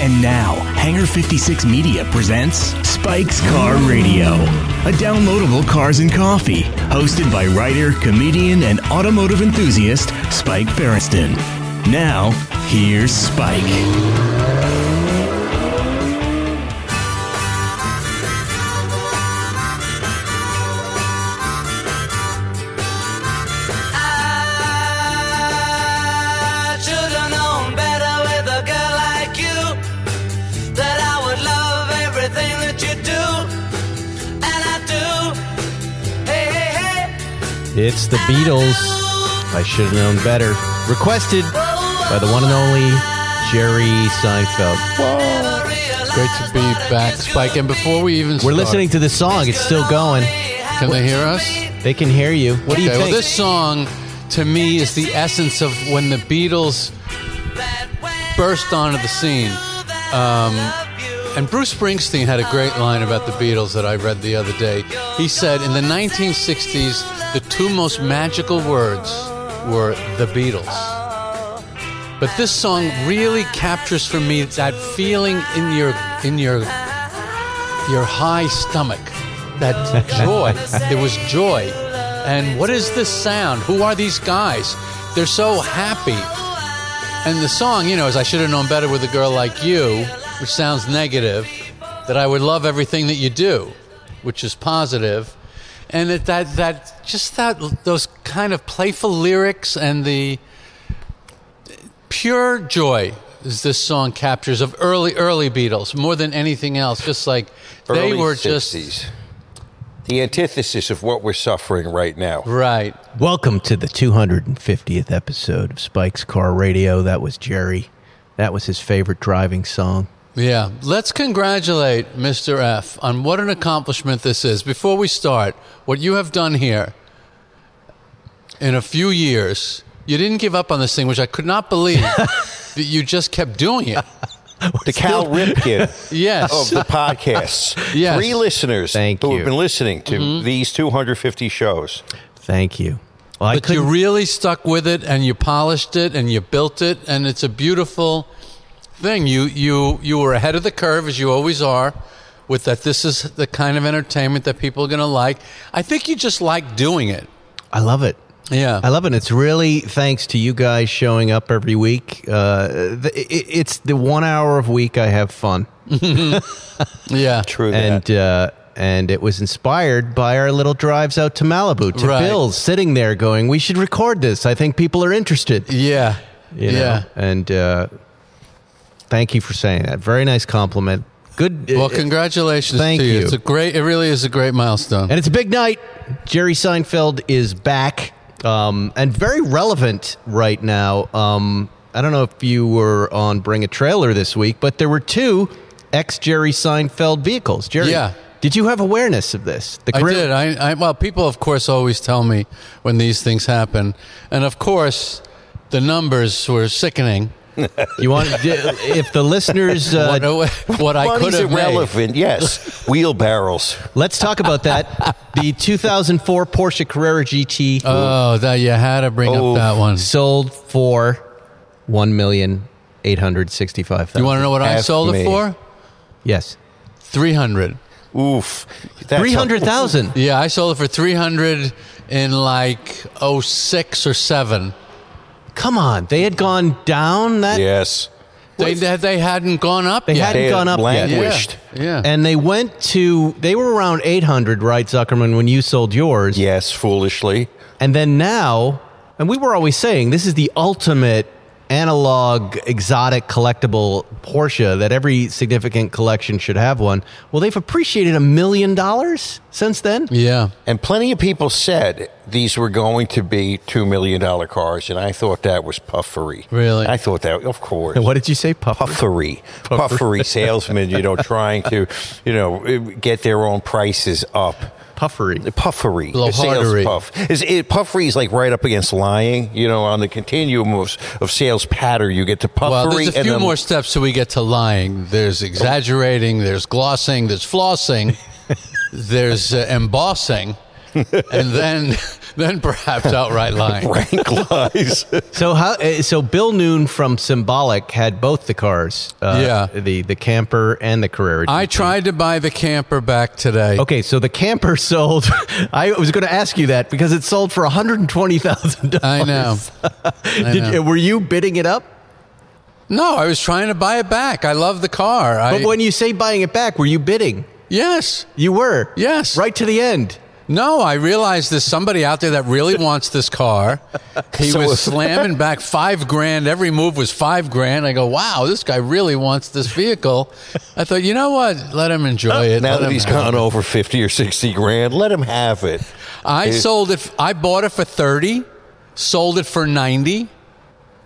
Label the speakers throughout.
Speaker 1: And now, Hangar 56 Media presents Spike's Car Radio, a downloadable cars and coffee, hosted by writer, comedian, and automotive enthusiast Spike Ferriston. Now, here's Spike.
Speaker 2: I should've known better with a girl like you that I would love everything that you do, and I do. Hey, hey, hey.
Speaker 3: It's the Beatles. I should have known better. Requested by the one and only Jerry Seinfeld.
Speaker 4: Great to be back, Spike. And before we even
Speaker 3: We're
Speaker 4: start-
Speaker 3: listening to this song. It's still going.
Speaker 4: Can they hear us?
Speaker 3: They can hear you. What do you
Speaker 4: okay,
Speaker 3: think?
Speaker 4: well, this song to me is the essence of when the Beatles burst onto the scene. Um, and Bruce Springsteen had a great line about the Beatles that I read the other day. He said, "In the 1960s, the two most magical words were the Beatles." But this song really captures for me that feeling in your in your your high stomach, that joy. there was joy. And what is this sound? Who are these guys? They're so happy. And the song, you know, is I should have known better with a girl like you, which sounds negative, that I would love everything that you do, which is positive. And that that, that just that those kind of playful lyrics and the pure joy is this song captures of early early Beatles more than anything else. Just like they
Speaker 5: Early
Speaker 4: were
Speaker 5: 60s.
Speaker 4: just
Speaker 5: the antithesis of what we're suffering right now.
Speaker 4: right.
Speaker 3: Welcome to the 250th episode of Spike's Car Radio. That was Jerry. That was his favorite driving song.
Speaker 4: Yeah, let's congratulate Mr. F on what an accomplishment this is. Before we start, what you have done here in a few years, you didn't give up on this thing, which I could not believe that you just kept doing it.
Speaker 5: The Cal Ripken
Speaker 4: Yes.
Speaker 3: Oh,
Speaker 5: of the podcasts.
Speaker 4: Yes.
Speaker 5: Three listeners
Speaker 3: Thank
Speaker 5: who
Speaker 3: you.
Speaker 5: have been listening to these 250 shows.
Speaker 3: Thank you. Well, I
Speaker 4: but you
Speaker 3: couldn't-
Speaker 4: really stuck with it and you polished it and you built it and it's a beautiful thing you you you were ahead of the curve as you always are with that this is the kind of entertainment that people are going to like i think you just like doing it
Speaker 3: I love it.
Speaker 4: yeah
Speaker 3: I love it. It's really thanks to you guys showing up every week. Uh, the, it, it's the one hour of week I have fun.
Speaker 4: yeah
Speaker 5: True that.
Speaker 3: and uh, and it was inspired by our little drives out to Malibu to
Speaker 4: Right.
Speaker 3: Bill's sitting there going, "We should record this. I think people are interested."
Speaker 4: yeah
Speaker 3: You know?
Speaker 4: yeah
Speaker 3: and uh, thank you for saying that. Very nice compliment. Good.
Speaker 4: well
Speaker 3: uh,
Speaker 4: congratulations
Speaker 3: Thank
Speaker 4: to you.
Speaker 3: you.
Speaker 4: it's a great it really is a great milestone
Speaker 3: and it's a big night. Jerry Seinfeld is back um, and very relevant right now. Um, I don't know if you were on Bring a Trailer this week, but there were two ex Jerry Seinfeld vehicles. Jerry,
Speaker 4: Yeah.
Speaker 3: did you have awareness of this? The
Speaker 4: I
Speaker 3: Correo-
Speaker 4: did. I, I well, people of course always tell me when these things happen, and of course, the numbers were sickening.
Speaker 3: You want if the listeners
Speaker 4: what,
Speaker 3: uh,
Speaker 4: what I could
Speaker 5: Money's
Speaker 4: have made.
Speaker 5: irrelevant, yes. Wheelbarrows.
Speaker 3: let's talk about that. The 2004 Porsche Carrera GT
Speaker 4: Oh, that you had to bring up
Speaker 5: Oh.
Speaker 4: that one.
Speaker 3: sold for one million eight hundred sixty-five
Speaker 4: You
Speaker 3: thousand.
Speaker 4: want to know what I
Speaker 5: F
Speaker 4: sold it
Speaker 5: me.
Speaker 4: for?
Speaker 3: yes,
Speaker 4: Three hundred.
Speaker 5: Oof. That's a-
Speaker 3: three hundred thousand.
Speaker 4: Yeah, I sold it for three hundred in like oh six or seven.
Speaker 3: Come on, they had gone down that.
Speaker 5: Yes.
Speaker 4: They they they hadn't gone up
Speaker 3: They
Speaker 4: yet.
Speaker 3: hadn't
Speaker 5: They
Speaker 3: gone up yet.
Speaker 4: yeah.
Speaker 5: languished.
Speaker 4: Yeah.
Speaker 3: And they went to they were around eight hundred, right, Zuckerman? When you sold yours,
Speaker 5: Yes, foolishly.
Speaker 3: And then now, and we were always saying this is the ultimate analog exotic collectible Porsche that every significant collection should have one. Well, they've appreciated a million dollars since then.
Speaker 4: yeah.
Speaker 5: And plenty of people said these were going to be $2 million cars, and I thought that was puffery.
Speaker 4: Really?
Speaker 5: I thought that, of course.
Speaker 3: What did you say, Puffer?
Speaker 5: puffery, puffery salesmen, you know, trying to, you know, get their own prices up.
Speaker 3: Puffery.
Speaker 5: Puffery,
Speaker 4: Blow
Speaker 5: a sales
Speaker 4: hardery.
Speaker 5: puff. Is it, puffery is like right up against lying, you know, on the continuum of, of sales pattern. You get to puffery,
Speaker 4: Well, there's a
Speaker 5: and
Speaker 4: few
Speaker 5: then
Speaker 4: more steps till we get to lying. There's exaggerating. There's glossing. There's flossing. there's uh, embossing, and then then perhaps outright lying.
Speaker 5: Rank lies.
Speaker 3: So how? uh, So Bill Noon from Symbolic had both the cars. Uh,
Speaker 4: Yeah.
Speaker 3: The the camper and the Carrera.
Speaker 4: I tried to buy the camper back today.
Speaker 3: Okay, so the camper sold. I was going to ask you that because it sold for one hundred and twenty thousand dollars.
Speaker 4: I know.
Speaker 3: Did,
Speaker 4: know.
Speaker 3: were you bidding it up?
Speaker 4: No, I was trying to buy it back. I love the car.
Speaker 3: But
Speaker 4: I,
Speaker 3: when you say buying it back, were you bidding?
Speaker 4: yes.
Speaker 3: You were.
Speaker 4: Yes.
Speaker 3: Right to the end.
Speaker 4: No, I realized there's somebody out there that really wants this car. He
Speaker 5: So-
Speaker 4: was slamming back five grand. Every move was five grand. I go, wow, this guy really wants this vehicle. I thought, you know what? Let him enjoy it.
Speaker 5: now
Speaker 4: Let
Speaker 5: that
Speaker 4: him
Speaker 5: he's
Speaker 4: have
Speaker 5: gone over 50 or 60 grand, let him have it.
Speaker 4: it. I sold it. I bought it for 30, sold it for 90.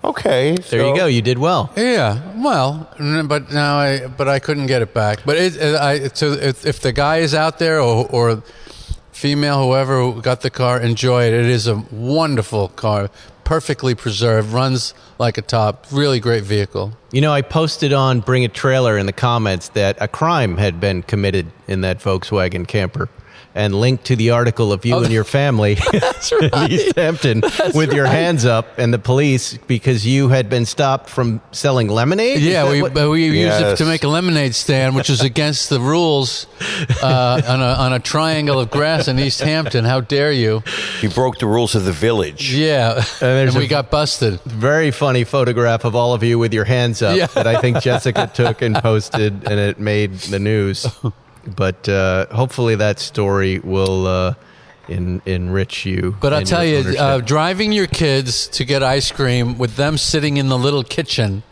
Speaker 5: Okay.
Speaker 3: There you go. You did well.
Speaker 4: Yeah, well, n- but now I but I couldn't get it back. But it, it- I so if, if the guy is out there or or female whoever who got the car, enjoy it. It is a wonderful car, perfectly preserved, runs like a top, really great vehicle.
Speaker 3: You know, I posted on Bring a Trailer in the comments that a crime had been committed in that Volkswagen camper and linked to the article of you and your family in East Hampton with your hands up and the police because you had been stopped from selling lemonade? Is
Speaker 4: Yeah,
Speaker 3: that
Speaker 4: we
Speaker 3: what-
Speaker 4: but we used it
Speaker 5: Yes.
Speaker 4: to make a lemonade stand, which is against the rules uh, on a on a triangle of grass in East Hampton. How dare you?
Speaker 5: He broke the rules of the village.
Speaker 4: Yeah,
Speaker 3: there's
Speaker 4: and
Speaker 3: a-
Speaker 4: we got busted.
Speaker 3: very funny photograph of all of you with your hands up
Speaker 4: Yeah.
Speaker 3: that I think Jessica took and posted, and it made the news. But uh, hopefully, that story will uh, en- enrich you.
Speaker 4: But I'll
Speaker 3: in
Speaker 4: tell
Speaker 3: your
Speaker 4: you,
Speaker 3: ownership.
Speaker 4: uh, driving your kids to get ice cream with them sitting in the little kitchen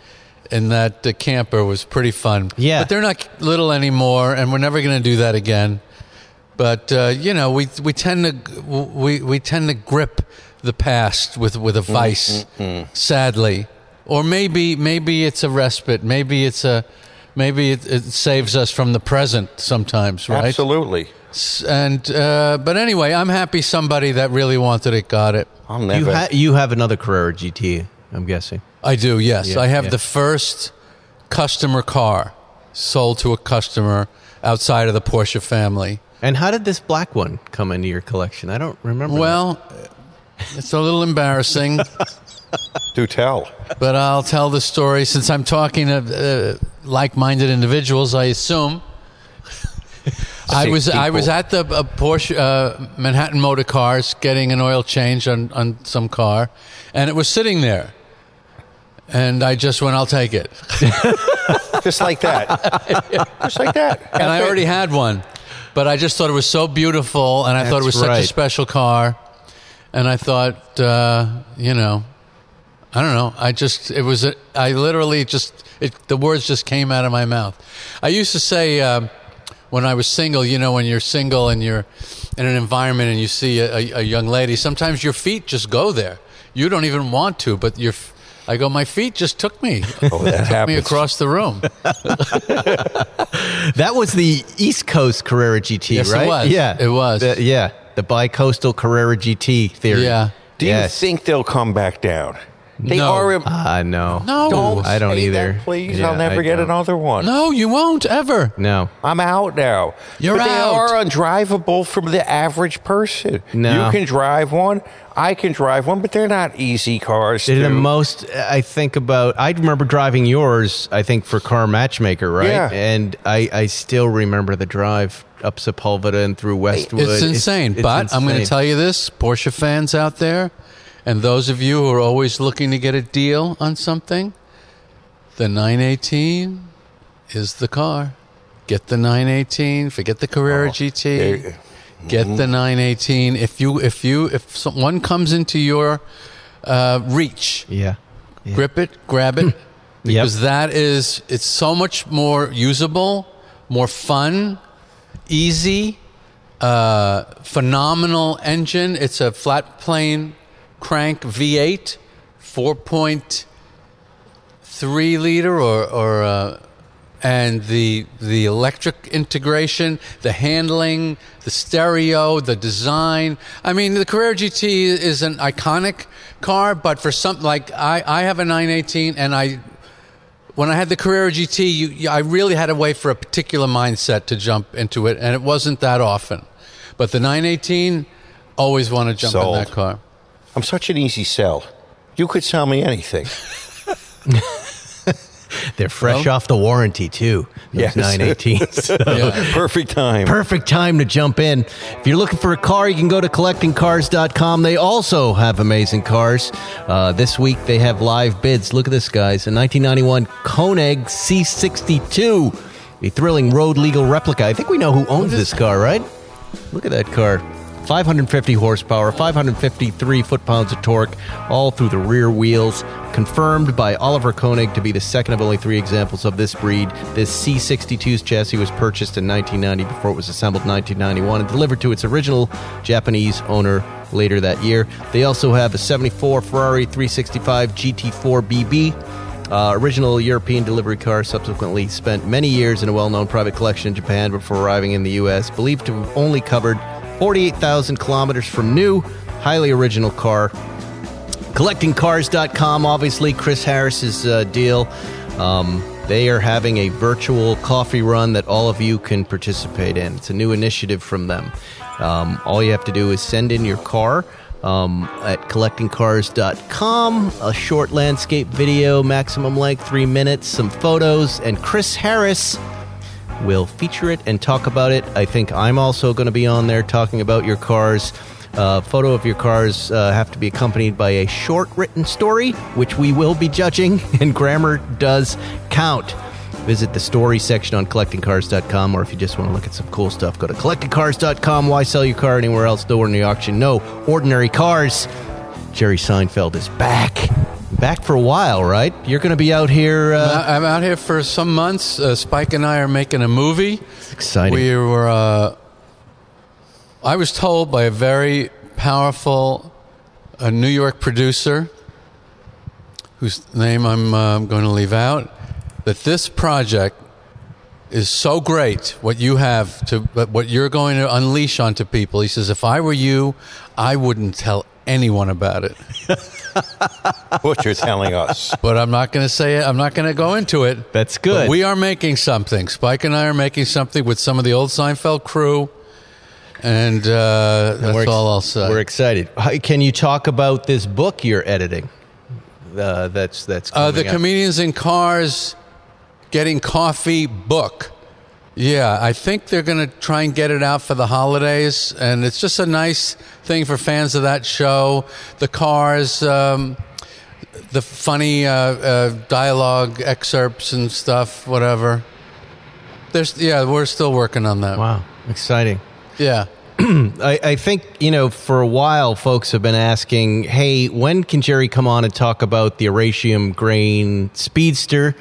Speaker 4: in that uh, camper was pretty fun.
Speaker 3: Yeah.
Speaker 4: But they're not little anymore, and we're never going to do that again. But uh, you know, we we tend to we we tend to grip the past with with a vice, sadly, or maybe maybe it's a respite, maybe it's a maybe it, it saves us from the present sometimes, right?
Speaker 5: Absolutely.
Speaker 4: And uh, but anyway, I'm happy somebody that really wanted it got it.
Speaker 5: I'll
Speaker 3: you,
Speaker 5: never.
Speaker 3: ha- you have another Carrera GT, I'm guessing.
Speaker 4: I do, yes.
Speaker 3: Yeah,
Speaker 4: I have
Speaker 3: yeah.
Speaker 4: the first customer car sold to a customer outside of the Porsche family.
Speaker 3: And how did this black one come into your collection? I don't remember. that.
Speaker 4: Well, it's a little embarrassing,
Speaker 5: Do tell.
Speaker 4: but I'll tell the story since I'm talking to uh, like-minded individuals. I assume. I
Speaker 5: Sick
Speaker 4: was I was
Speaker 5: people.
Speaker 4: at the uh, Porsche uh, Manhattan Motor Cars getting an oil change on, on some car, and it was sitting there, and I just went, "I'll take it,"
Speaker 5: Just like that. Just like that.
Speaker 4: and I already had one, but I just thought it was so beautiful, and I thought it
Speaker 3: That's
Speaker 4: was such
Speaker 3: right.
Speaker 4: a special car, and I thought, uh, you know, I don't know, I just it was a, I literally just it, the words just came out of my mouth. I used to say um, when I was single, you know, when you're single and you're in an environment and you see a, a, a young lady, sometimes your feet just go there. You don't even want to, but your f- I go, my feet just took me,
Speaker 5: Oh, that
Speaker 4: took me
Speaker 5: happens.
Speaker 4: across the room.
Speaker 3: that was the East Coast Carrera GT,
Speaker 4: Yes, it
Speaker 3: right?
Speaker 4: was.
Speaker 3: Yeah,
Speaker 4: It was.
Speaker 3: The- yeah, the bicoastal Carrera GT theory.
Speaker 4: Yeah.
Speaker 5: Do
Speaker 3: yes.
Speaker 5: you think they'll come back down? They
Speaker 4: No.
Speaker 5: are. Im-
Speaker 3: I know.
Speaker 4: No.
Speaker 5: don't
Speaker 3: I don't
Speaker 5: say that,
Speaker 3: either.
Speaker 5: please,
Speaker 3: Yeah,
Speaker 5: I'll never
Speaker 3: I
Speaker 5: get
Speaker 3: don't.
Speaker 5: another one.
Speaker 4: No, you won't ever.
Speaker 3: No.
Speaker 5: I'm out now.
Speaker 4: You're out.
Speaker 5: but They are undrivable from the average person.
Speaker 3: No.
Speaker 5: You can drive one. I can drive one, but they're not easy cars.
Speaker 3: They're
Speaker 5: to-
Speaker 3: the most I think about. I remember driving yours. I think for Car Matchmaker, right?
Speaker 5: Yeah.
Speaker 3: And I, I still remember the drive up Sepulveda and through Westwood.
Speaker 4: It's insane. but I'm going to tell you this Porsche fans out there, and those of you who are always looking to get a deal on something, the 918 is the car. Get the 918. Forget the Carrera GT.
Speaker 5: there-
Speaker 4: Get the 918. If you if you if some, one comes into your uh, reach,
Speaker 3: Yeah. Yeah.
Speaker 4: grip it, grab it, because that is it's so much more usable, more fun, easy, uh, phenomenal engine. It's a flat plane crank V8, 4.3 liter, or or uh, and the the electric integration, the handling, the stereo, the design. I mean, the Carrera GT is an iconic car, but for something like I, I have a 918, and I when I had the Carrera GT, you, you, I really had to wait for a particular mindset to jump into it, and it wasn't that often. But the 918, Always want to jump
Speaker 5: Sold.
Speaker 4: in that car.
Speaker 5: I'm such an easy sell. You could sell me anything.
Speaker 3: They're fresh
Speaker 4: Well-
Speaker 3: off the warranty too. Those
Speaker 5: Yes.
Speaker 3: 918s. So,
Speaker 4: Yeah.
Speaker 5: Perfect time.
Speaker 3: Perfect time to jump in. If you're looking for a car, you can go to collectingcars.com. They also have amazing cars. Uh, this week they have live bids. Look at this, guys. A 1991 Koenig C62, a thrilling road legal replica. I think we know who owns this car, right? Look at that car. 550 horsepower, 553 foot pounds of torque, all through the rear wheels. Confirmed by Oliver Koenig to be the second of only three examples of this breed. This C62's chassis was purchased in 1990 before it was assembled in 1991 and delivered to its original Japanese owner later that year. They also have a 74 Ferrari 365 GT4 BB. Uh, original European delivery car subsequently spent many years in a well known private collection in Japan before arriving in the US, believed to have only covered 48,000 kilometers from new. Highly original car. CollectingCars.com, obviously, Chris Harris's uh, deal. Um, they are having a virtual coffee run that all of you can participate in. It's a new initiative from them. Um, all you have to do is send in your car um, at collectingcars.com, a short landscape video, maximum length, three minutes, some photos, and Chris Harris will feature it and talk about it. I think I'm also going to be on there talking about your cars. Uh, photo of your cars uh, have to be accompanied by a short written story, which we will be judging, and grammar does count. Visit the story section on collectingcars.com, or if you just want to look at some cool stuff, go to collectingcars.com. Why sell your car anywhere else? No ordinary auction, no ordinary cars. Jerry Seinfeld is back. Back for a while, right? You're going to be out here. Uh,
Speaker 4: I- I'm out here for some months. Uh, Spike and I are making a movie.
Speaker 3: exciting.
Speaker 4: We were. Uh, I was told by a very powerful uh, New York producer, whose name I'm uh, going to leave out, that this project is so great. What you have to, but what you're going to unleash onto people. He says, if I were you, I wouldn't tell anyone about it.
Speaker 5: what you're telling us.
Speaker 4: But I'm not going to say it. I'm not going to go into it.
Speaker 3: That's good.
Speaker 4: But we are making something. Spike and I are making something with some of the old Seinfeld crew, and uh, that's
Speaker 3: We're ex-
Speaker 4: all I'll say.
Speaker 3: We're excited. Hi- Can you talk about this book you're editing? Uh, that's that's
Speaker 4: uh, the
Speaker 3: coming out.
Speaker 4: comedians in cars getting coffee book. Yeah, I think they're going to try and get it out for the holidays, and it's just a nice thing for fans of that show. The cars. Um, the funny uh, uh, dialogue excerpts and stuff, whatever. There's, yeah, we're still working on that.
Speaker 3: Wow, exciting.
Speaker 4: Yeah.
Speaker 3: I, I think you know for a while, folks have been asking, "Hey, when can Jerry come on and talk about the Eratium Grain Speedster,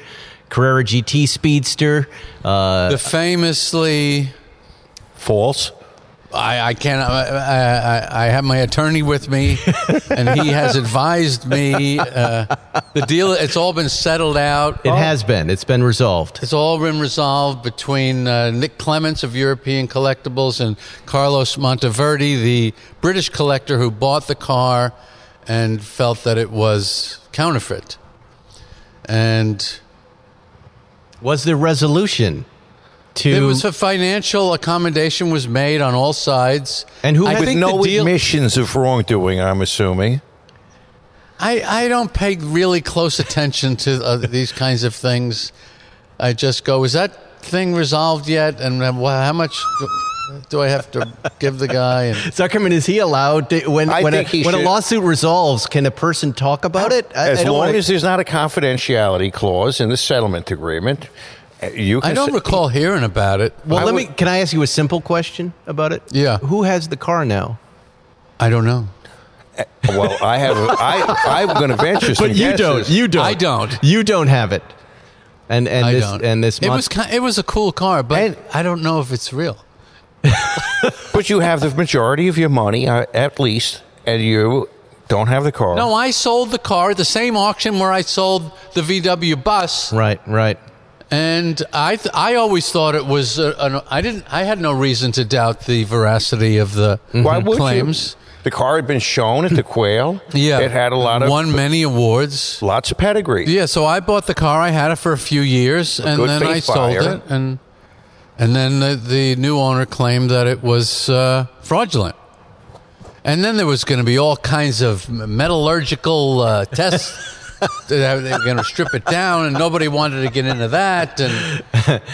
Speaker 3: Carrera GT Speedster?" Uh,
Speaker 4: The famously,
Speaker 5: False.
Speaker 4: I, I can't, I, I- I, I have my attorney with me, and he has advised me. Uh, the deal, it's all been settled out.
Speaker 3: it
Speaker 5: Oh.
Speaker 3: has been. It's been resolved.
Speaker 4: It's all been resolved between uh, Nick Clements of European Collectibles and Carlos Monteverdi, the British collector who bought the car and felt that it was counterfeit. And
Speaker 3: Was there resolution to?
Speaker 4: it was a financial accommodation was made on all sides.
Speaker 3: And who
Speaker 4: I
Speaker 3: had-
Speaker 5: With
Speaker 4: think
Speaker 5: no
Speaker 4: the deal,
Speaker 5: admissions of wrongdoing, I'm assuming.
Speaker 4: I, I don't pay really close attention to uh, these kinds of things. I just go, is that thing resolved yet? And then, wha- how much do, do I have to give the guy? And
Speaker 3: Zuckerman, is he allowed to, when
Speaker 5: I
Speaker 3: when, a,
Speaker 5: think he
Speaker 3: when a
Speaker 5: should-
Speaker 3: lawsuit resolves? Can a person talk about it? I- I
Speaker 5: as
Speaker 3: don't
Speaker 5: long
Speaker 3: wanna-
Speaker 5: as there's not a confidentiality clause in the settlement agreement, uh, you can
Speaker 4: I don't
Speaker 5: s-
Speaker 4: recall hearing about it.
Speaker 3: Well,
Speaker 5: I
Speaker 3: let me.
Speaker 5: would-
Speaker 3: Can I ask you a simple question about it?
Speaker 4: Yeah.
Speaker 3: Who has the car now?
Speaker 4: I don't know.
Speaker 5: Well, I have. A, I I'm going to venture some guesses.
Speaker 3: don't.
Speaker 4: I don't.
Speaker 3: You don't have it. And and
Speaker 4: I
Speaker 3: this
Speaker 4: don't.
Speaker 3: and this
Speaker 4: it
Speaker 3: mon-
Speaker 4: was ki it was a cool car, but
Speaker 5: And-
Speaker 4: I don't know if it's real.
Speaker 3: Oh.
Speaker 5: But you have the majority of your money, uh, at least, and you don't have the car.
Speaker 4: No, I sold the car at the same auction where I sold the VW bus,
Speaker 3: right, right.
Speaker 4: and I th- I always thought it was. uh, an, I didn't. I had no reason to doubt the veracity of the
Speaker 5: Why would
Speaker 4: claims.
Speaker 5: you? The car had been shown at the Quail.
Speaker 4: Yeah,
Speaker 5: it had a lot of
Speaker 4: won many awards.
Speaker 5: lots of pedigree.
Speaker 4: Yeah, so I bought the car. I had it for a few years, and
Speaker 5: good
Speaker 4: then I
Speaker 5: faith
Speaker 4: sold
Speaker 5: buyer.
Speaker 4: it, and and then the, the new owner claimed that it was uh, fraudulent, And then there was going to be all kinds of metallurgical uh, tests. they were going to strip it down, and nobody wanted to get into that. And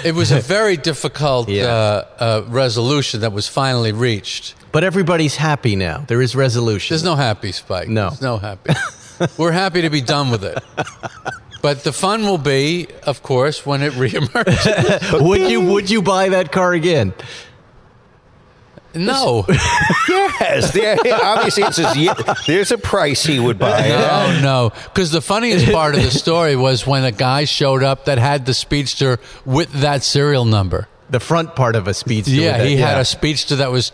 Speaker 4: it was a very difficult
Speaker 3: Yeah.
Speaker 4: uh, uh, resolution that was finally reached.
Speaker 3: But everybody's happy now. There is resolution.
Speaker 4: There's no happy spike.
Speaker 3: No.
Speaker 4: There's no happy. We're happy to be done with it. But the fun will be, of course, when it reemerges.
Speaker 3: would you would you buy that car again?
Speaker 4: No.
Speaker 5: Yes, there, obviously it says yeah, there's a price he would buy.
Speaker 4: No, no. Because the funniest part of the story was when a guy showed up that had the speedster with that serial number.
Speaker 3: The front part of a speedster. with
Speaker 4: yeah,
Speaker 3: that,
Speaker 4: he had a speedster that was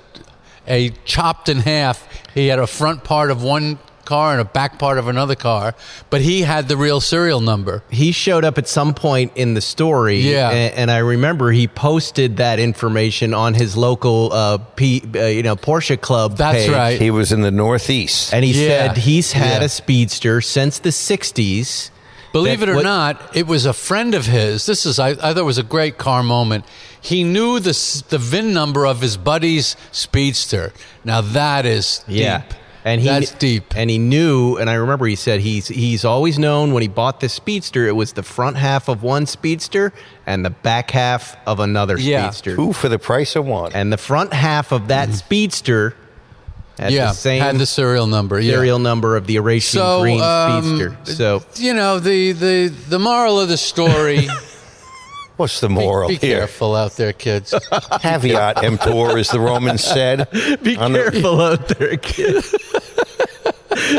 Speaker 4: a chopped in half. He had a front part of one car and a back part of another car, but he had the real serial number.
Speaker 3: he showed up at some point in the story.
Speaker 4: Yeah.
Speaker 3: a- and, I remember he posted that information on his local uh, P, uh, you know Porsche Club.
Speaker 4: That's
Speaker 3: page.
Speaker 4: right.
Speaker 5: He was in the Northeast.
Speaker 3: And he
Speaker 4: Yeah.
Speaker 3: said he's had
Speaker 4: Yeah.
Speaker 3: a speedster since the '60s.
Speaker 4: Believe
Speaker 3: That-
Speaker 4: it or
Speaker 3: what-
Speaker 4: not, it was a friend of his. This is I, I thought it was a great car moment. He knew the s- the VIN number of his buddy's Speedster. Now that is
Speaker 3: Yeah.
Speaker 4: deep.
Speaker 3: And he,
Speaker 4: that's deep.
Speaker 3: And he knew, and I remember he said he's he's always known when he bought this speedster, it was the front half of one speedster and the back half of another
Speaker 4: Yeah. Mm-hmm.
Speaker 3: speedster.
Speaker 5: Who for the price of one?
Speaker 3: And the front half of that speedster had
Speaker 4: yeah,
Speaker 3: the same
Speaker 4: had the serial number. Yeah.
Speaker 3: serial number of the Eurasian
Speaker 4: so
Speaker 3: Green
Speaker 4: um,
Speaker 3: speedster. So
Speaker 4: you know the the the moral of the story.
Speaker 5: What's the moral
Speaker 4: be
Speaker 5: here?
Speaker 4: careful out there, kids.
Speaker 3: Oh.
Speaker 5: Caveat emptor, as the Romans said.
Speaker 3: be
Speaker 5: On the-
Speaker 3: careful out there, kid.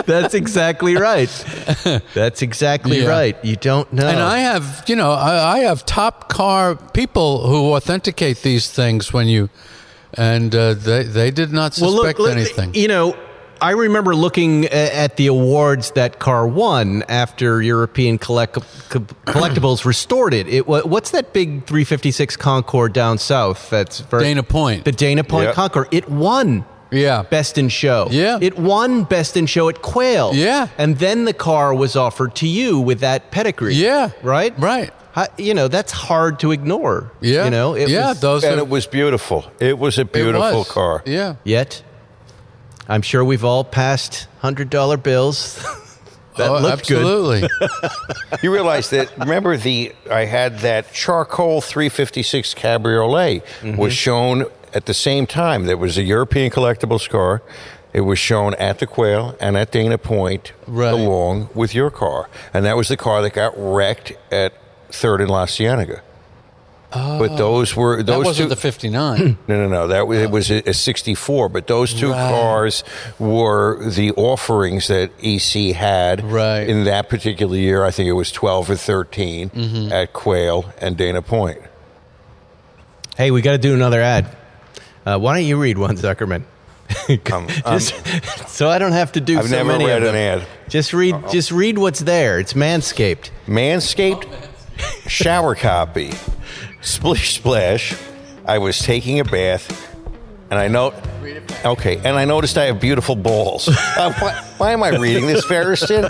Speaker 3: That's exactly right. That's exactly
Speaker 4: Yeah.
Speaker 3: right. You don't know.
Speaker 4: And I have, you know, I, I have top car people who authenticate these things when you, and uh, they they did not suspect anything.
Speaker 3: You know, I remember looking a- at the awards that car won after European collect- co- collectibles restored it. It wa- what's that big 356 Concorde down south? That's very,
Speaker 4: Dana Point.
Speaker 3: The Dana Point
Speaker 5: Yep.
Speaker 3: Concorde. It won.
Speaker 4: yeah,
Speaker 3: Best in Show.
Speaker 4: Yeah.
Speaker 3: It won Best in Show at Quail.
Speaker 4: Yeah.
Speaker 3: And then the car was offered to you with that pedigree.
Speaker 4: yeah,
Speaker 3: Right?
Speaker 4: right.
Speaker 3: How- you know, that's hard to ignore.
Speaker 4: Yeah,
Speaker 3: You know, it
Speaker 4: yeah,
Speaker 3: was,
Speaker 4: those
Speaker 5: And
Speaker 4: are,
Speaker 5: it was beautiful. It was a
Speaker 4: it
Speaker 5: beautiful
Speaker 4: was.
Speaker 5: car.
Speaker 4: Yeah,
Speaker 3: Yet, I'm sure we've all passed hundred dollar bills. that
Speaker 4: oh,
Speaker 3: looked good.
Speaker 4: absolutely.
Speaker 5: You realize that? Remember the? I had that charcoal 356 Cabriolet
Speaker 4: Mm-hmm.
Speaker 5: was shown at the same time. There was a European collectibles car. It was shown at the Quail and at Dana Point,
Speaker 4: Right.
Speaker 5: along with your car, and that was the car that got wrecked at Third and La Cienega. But those were
Speaker 4: Oh. that
Speaker 5: those
Speaker 4: wasn't
Speaker 5: two.
Speaker 4: the '59.
Speaker 5: no, no, no. That was, it was a, a 64. But those two
Speaker 4: Right.
Speaker 5: cars were the offerings that EC had
Speaker 4: Right.
Speaker 5: in that particular year. I think it was 12 or 13
Speaker 3: Mm-hmm.
Speaker 5: at Quail and Dana Point.
Speaker 3: Hey, we got to do another ad. Uh, why don't you read one, Zuckerman?
Speaker 5: Um,
Speaker 3: Just,
Speaker 5: um,
Speaker 3: so I don't have to do
Speaker 5: I've
Speaker 3: so
Speaker 5: never
Speaker 3: many
Speaker 5: read
Speaker 3: of them.
Speaker 5: an ad.
Speaker 3: Just read, just read what's there. It's manscaped.
Speaker 5: Manscaped shower copy. Splish splash. I was taking a bath and I know. Okay, and I noticed I have beautiful balls. Uh, why, why am I reading this, Ferriston?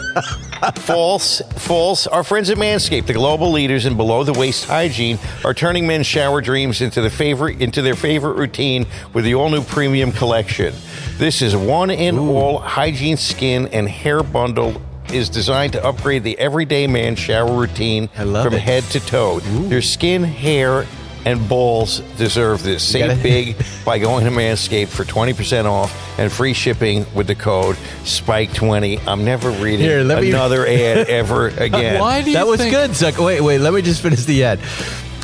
Speaker 5: False, false. Our friends at Manscaped, the global leaders in below the waist hygiene, are turning men's shower dreams into the favorite into their favorite routine with the all new premium collection. This is one in all hygiene skin and hair bundle is designed to upgrade the everyday man shower routine
Speaker 3: I love
Speaker 5: from
Speaker 3: it.
Speaker 5: head to toe. Your skin, hair, and balls deserve this. Save
Speaker 3: gotta-
Speaker 5: big by going to Manscaped for 20% off and free shipping with the code SPIKE20. I'm never reading
Speaker 3: Here, let me-
Speaker 5: another ad ever again.
Speaker 4: Why do you
Speaker 3: that was
Speaker 4: think-
Speaker 3: good, Zuck. Wait, wait. Let me just finish the ad.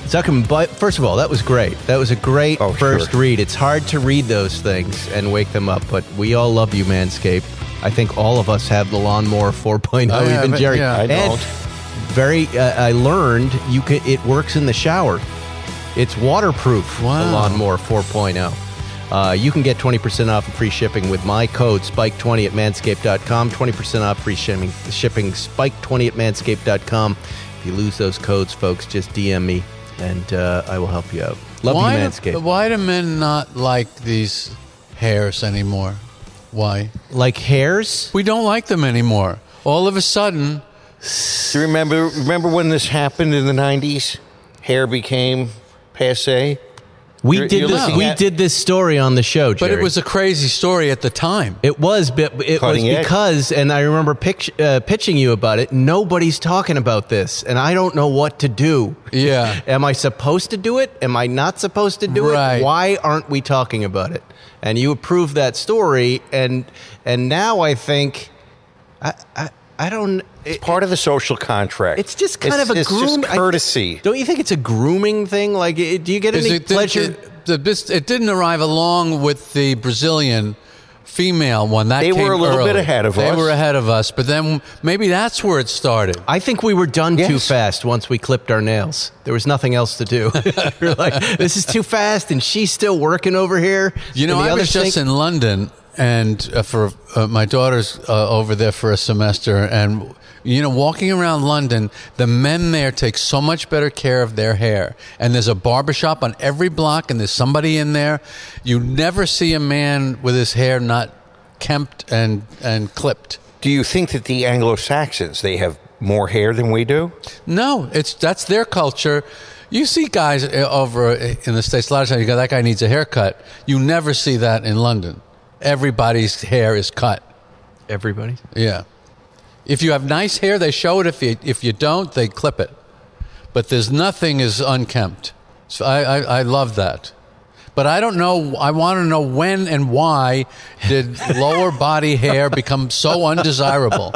Speaker 3: Zuckerman, but first of all, that was great. That was a great
Speaker 5: Oh,
Speaker 3: first
Speaker 5: sure.
Speaker 3: read. It's hard to read those things and wake them up, but we all love you, Manscaped. I think all of us have the lawnmower 4.0,
Speaker 4: I
Speaker 3: even
Speaker 4: haven't,
Speaker 3: Jerry.
Speaker 4: yeah. I
Speaker 3: And
Speaker 5: don't.
Speaker 3: Very. Uh, I learned you can. It works in the shower. It's waterproof. The
Speaker 4: Wow.
Speaker 3: lawnmower 4.0. Uh, you can get 20% off and free shipping with my code spike20 at manscaped.com. 20% off free shipping, shipping spike20 at manscaped.com. If you lose those codes, folks, just DM me and uh, I will help you out. Love
Speaker 4: why
Speaker 3: you,
Speaker 4: do-
Speaker 3: Manscaped.
Speaker 4: why do men not like these hairs anymore? Why
Speaker 3: like hairs?
Speaker 4: we don't like them anymore? All of a sudden,
Speaker 5: Do you remember, remember when this happened in the 90s? Hair became passe?
Speaker 3: We
Speaker 5: You're-
Speaker 3: did
Speaker 5: you're
Speaker 3: this.
Speaker 5: looking
Speaker 3: We
Speaker 5: at-
Speaker 3: did this story on the show,
Speaker 4: But
Speaker 3: Jerry.
Speaker 4: it was a crazy story at the time.
Speaker 3: It was, but it
Speaker 5: Cutting
Speaker 3: was
Speaker 5: edge.
Speaker 3: because, and I remember pict- uh, pitching you about it. Nobody's talking about this, and I don't know what to do.
Speaker 4: Yeah.
Speaker 3: Am I supposed to do it? Am I not supposed to do
Speaker 4: Right.
Speaker 3: it? Why aren't we talking about it? And you approved that story, and and now I think, I I, I don't. It,
Speaker 5: Part of the social contract.
Speaker 3: it's just kind of a
Speaker 5: it's
Speaker 3: groom.
Speaker 5: just
Speaker 3: I-
Speaker 5: courtesy.
Speaker 3: don't you think it's a grooming thing? Like, it, do you get
Speaker 4: Is
Speaker 3: any
Speaker 4: it- the-
Speaker 3: pleasure?
Speaker 4: It, the, this, it didn't arrive along with the Brazilian female one. That
Speaker 5: They were
Speaker 4: came
Speaker 5: a little bit
Speaker 4: early.
Speaker 5: ahead of us.
Speaker 4: They were ahead of us, but then maybe that's where it started.
Speaker 3: I think we were done too
Speaker 5: Yes.
Speaker 3: fast once we clipped our nails. There was nothing else to do. we are like, this is too fast, and she's still working over here.
Speaker 4: You know,
Speaker 3: And the
Speaker 4: I
Speaker 3: other
Speaker 4: was just
Speaker 3: thing-
Speaker 4: in London and uh, for uh, my daughter's uh, over there for a semester and you know walking around London the men there take so much better care of their hair and there's a barber shop on every block and there's somebody in there you never see a man with his hair not kempt and and clipped
Speaker 5: Do you think that the Anglo Saxons they have more hair than we do?
Speaker 4: No, it's that's their culture. You see guys uh, over in the states a lot of times. You go, that guy needs a haircut. You never see that in London. Everybody's hair is cut.
Speaker 3: Everybody.
Speaker 4: Yeah. If you have nice hair, they show it. If you if you don't, they clip it. But there's nothing is unkempt. So I I, I love that. But I don't know. I want to know when and why did lower body hair become so undesirable?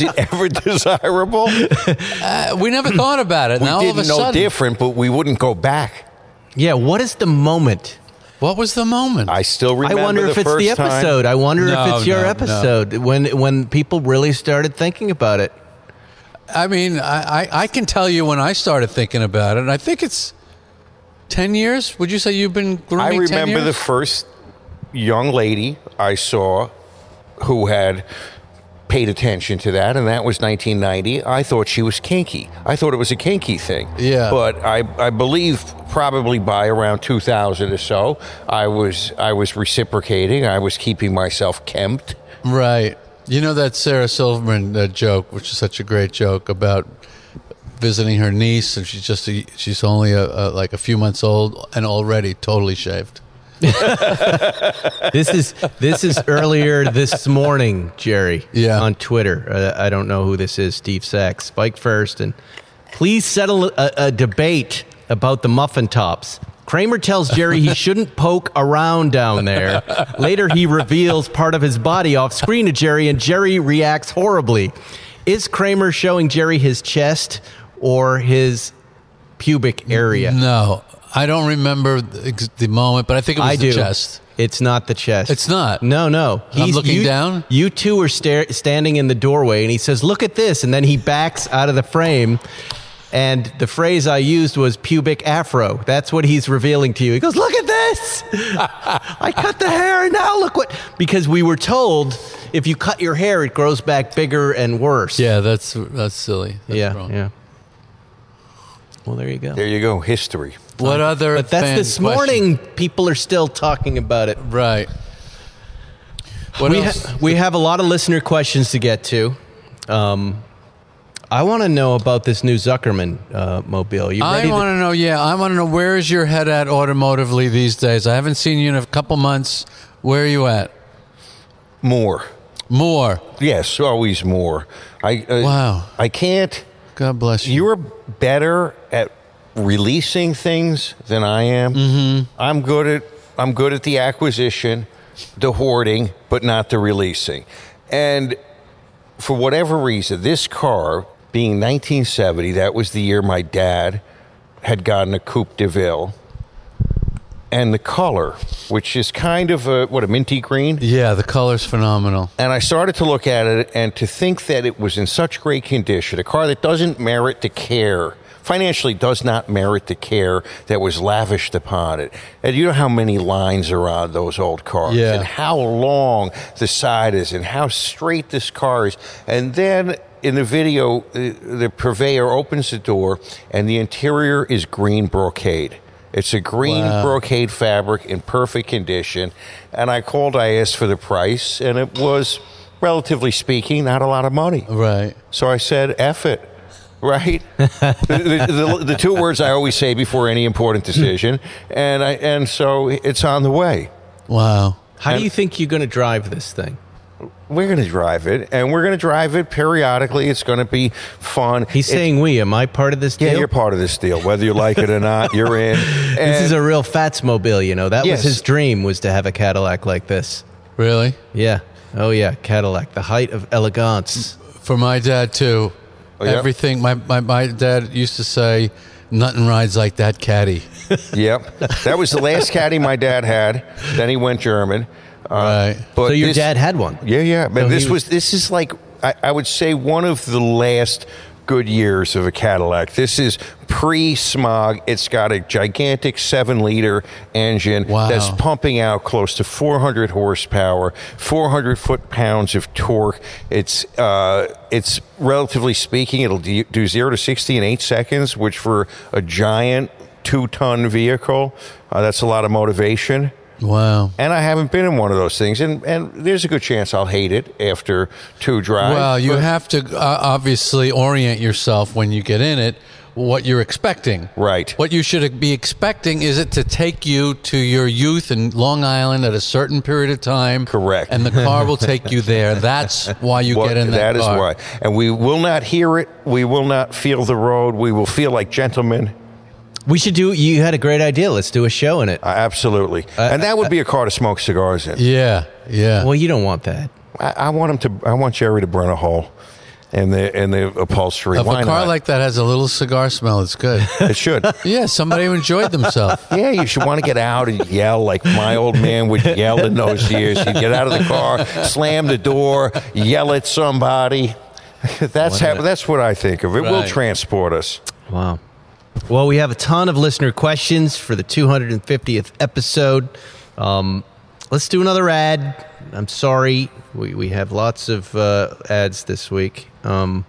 Speaker 5: it ever desirable? We
Speaker 4: Uh, we never thought about it. now all
Speaker 5: didn't
Speaker 4: of a
Speaker 5: know
Speaker 4: sudden,
Speaker 5: different, but we wouldn't go back.
Speaker 3: Yeah. What is the moment?
Speaker 4: what was the moment?
Speaker 5: I still
Speaker 3: I
Speaker 5: remember.
Speaker 3: wonder
Speaker 5: the
Speaker 3: if it's
Speaker 5: first
Speaker 3: the
Speaker 5: time-
Speaker 3: episode. I wonder if
Speaker 4: No,
Speaker 3: it's your
Speaker 4: no, no.
Speaker 3: episode when when people really started thinking about it.
Speaker 4: I mean, I, I, I can tell you when I started thinking about it. And I think it's ten years. Would you say you've been grooming?
Speaker 5: I
Speaker 4: 10
Speaker 5: remember the
Speaker 4: years?
Speaker 5: first young lady I saw who had paid attention to that, and that was 1990. I thought she was kinky. I thought it was a kinky thing.
Speaker 4: Yeah.
Speaker 5: But I, I believe probably by around 2000 or so, I was I was reciprocating. I was keeping myself kempt.
Speaker 4: right. You know that Sarah Silverman uh, joke, which is such a great joke about visiting her niece, and she's just a, she's only a, a, like a few months old and already totally shaved.
Speaker 3: This is this is earlier this morning, Jerry.
Speaker 4: Yeah.
Speaker 3: On Twitter, uh, I don't know who this is. Steve Sachs, Spike First, and please settle a, a debate about the muffin tops. Kramer tells Jerry he shouldn't poke around down there. Later, he reveals part of his body off screen to Jerry, and Jerry reacts horribly. Is Kramer showing Jerry his chest or his pubic area?
Speaker 4: No, I don't remember the, ex- the moment, but I think it was
Speaker 3: I
Speaker 4: the
Speaker 3: do.
Speaker 4: chest.
Speaker 3: It's not the chest.
Speaker 4: It's not?
Speaker 3: No, no.
Speaker 4: I'm looking
Speaker 3: you,
Speaker 4: down?
Speaker 3: You two are stare standing in the doorway, and he says, "Look at this," and then he backs out of the frame. And the phrase I used was pubic afro. That's what he's revealing to you. He goes, "Look at this! I cut the hair, and now look what." Because we were told if you cut your hair, it grows back bigger and worse.
Speaker 4: Yeah, that's that's silly. That's
Speaker 3: yeah,
Speaker 4: wrong.
Speaker 3: yeah. Well, there you go.
Speaker 5: There you go, history.
Speaker 4: What other?
Speaker 3: But that's
Speaker 4: fan
Speaker 3: this
Speaker 4: question?
Speaker 3: morning. People are still talking about it.
Speaker 4: right? What
Speaker 3: we,
Speaker 4: else?
Speaker 3: ha- we have a lot of listener questions to get to. Um, I want to know about this new Zuckerman uh, mobile. You ready?
Speaker 4: I
Speaker 3: to-
Speaker 4: want to know. Yeah, I want to know where is your head at automotively these days? I haven't seen you in a couple months. Where are you at?
Speaker 5: More.
Speaker 4: More.
Speaker 5: Yes, always more. I uh,
Speaker 4: Wow.
Speaker 5: I can't.
Speaker 4: God bless you.
Speaker 5: You're better at releasing things than I am. Mm-hmm. I'm good at I'm good at the acquisition, the hoarding, but not the releasing. And for whatever reason, this car being 1970, that was the year my dad had gotten a Coupe de Ville. And the color, which is kind of a what a minty green.
Speaker 4: yeah, the color's phenomenal.
Speaker 5: And I started to look at it and to think that it was in such great condition, a car that doesn't merit the care, financially does not merit the care that was lavished upon it. And you know how many lines are on those old cars
Speaker 4: Yeah.
Speaker 5: and how long the side is and how straight this car is. And then in the video, uh, the purveyor opens the door and the interior is green brocade. It's a green brocade fabric in perfect condition. And I called, I asked for the price, and it was, relatively speaking, not a lot of money.
Speaker 4: Right.
Speaker 5: So I said, F it. right? the, the, the, the two words I always say before any important decision, and I and so it's on the way.
Speaker 4: Wow.
Speaker 3: How do you think you're going to drive this thing?
Speaker 5: We're going to drive it, and we're going to drive it periodically. It's going to be fun.
Speaker 3: He's
Speaker 5: It's-
Speaker 3: saying we. Am I part of this
Speaker 5: "Yeah,
Speaker 3: deal?
Speaker 5: you're part of this deal, whether you like it or not. You're in."
Speaker 3: this
Speaker 5: And-
Speaker 3: is a real Fats mobile. You know that
Speaker 5: Yes.
Speaker 3: was his dream was to have a Cadillac like this.
Speaker 4: Really?
Speaker 3: Yeah. Oh yeah, Cadillac, the height of elegance.
Speaker 4: For my dad too.
Speaker 5: Oh, yeah?
Speaker 4: Everything my, my, my dad used to say, nothing rides like that caddy.
Speaker 5: Yep. That was the last caddy my dad had. Then he went German. Uh,
Speaker 4: Right.
Speaker 5: But
Speaker 3: so your
Speaker 5: this-
Speaker 3: dad had one.
Speaker 5: Yeah, yeah. But
Speaker 3: So
Speaker 5: this
Speaker 3: he-
Speaker 5: was this is like I, I would say one of the last good years of a Cadillac. This is pre smog. It's got a gigantic seven liter engine
Speaker 4: Wow.
Speaker 5: that's pumping out close to 400 horsepower, 400 foot pounds of torque. It's uh, it's relatively speaking, it'll do, do zero to 60 in eight seconds, which for a giant two ton vehicle, uh, that's a lot of motivation
Speaker 4: Wow.
Speaker 5: and I haven't been in one of those things, and, and there's a good chance I'll hate it after two drives.
Speaker 4: Well, you
Speaker 5: but-
Speaker 4: have to uh, obviously orient yourself when you get in it, what you're expecting.
Speaker 5: Right.
Speaker 4: What you should be expecting is it to take you to your youth in Long Island at a certain period of time.
Speaker 5: Correct.
Speaker 4: And the car will take you there. That's why you
Speaker 5: Well,
Speaker 4: get in that
Speaker 5: that is
Speaker 4: car.
Speaker 5: why, and we will not hear it. We will not feel the road. We will feel like gentlemen,
Speaker 3: We should do. You had a great idea. Let's do a show in it.
Speaker 5: Uh, absolutely. and that would be a car to smoke cigars in.
Speaker 4: uh, Yeah. Yeah.
Speaker 3: well, you don't want that.
Speaker 5: I, I want him to. I want Jerry to burn a hole in the in the upholstery.
Speaker 4: if
Speaker 5: Why
Speaker 4: a car
Speaker 5: not?
Speaker 4: like that has a little cigar smell, it's good.
Speaker 5: it should.
Speaker 4: yeah, somebody who enjoyed themselves.
Speaker 5: Yeah, you should want to get out and yell like my old man would yell in those years. He'd get out of the car, slam the door, yell at somebody. That's how, that's what I think of. It will
Speaker 4: Right.
Speaker 5: transport us.
Speaker 3: Wow. Well, we have a ton of listener questions for the 250th episode. Um, let's do another ad. I'm sorry, we, we have lots of uh, ads this week. Um,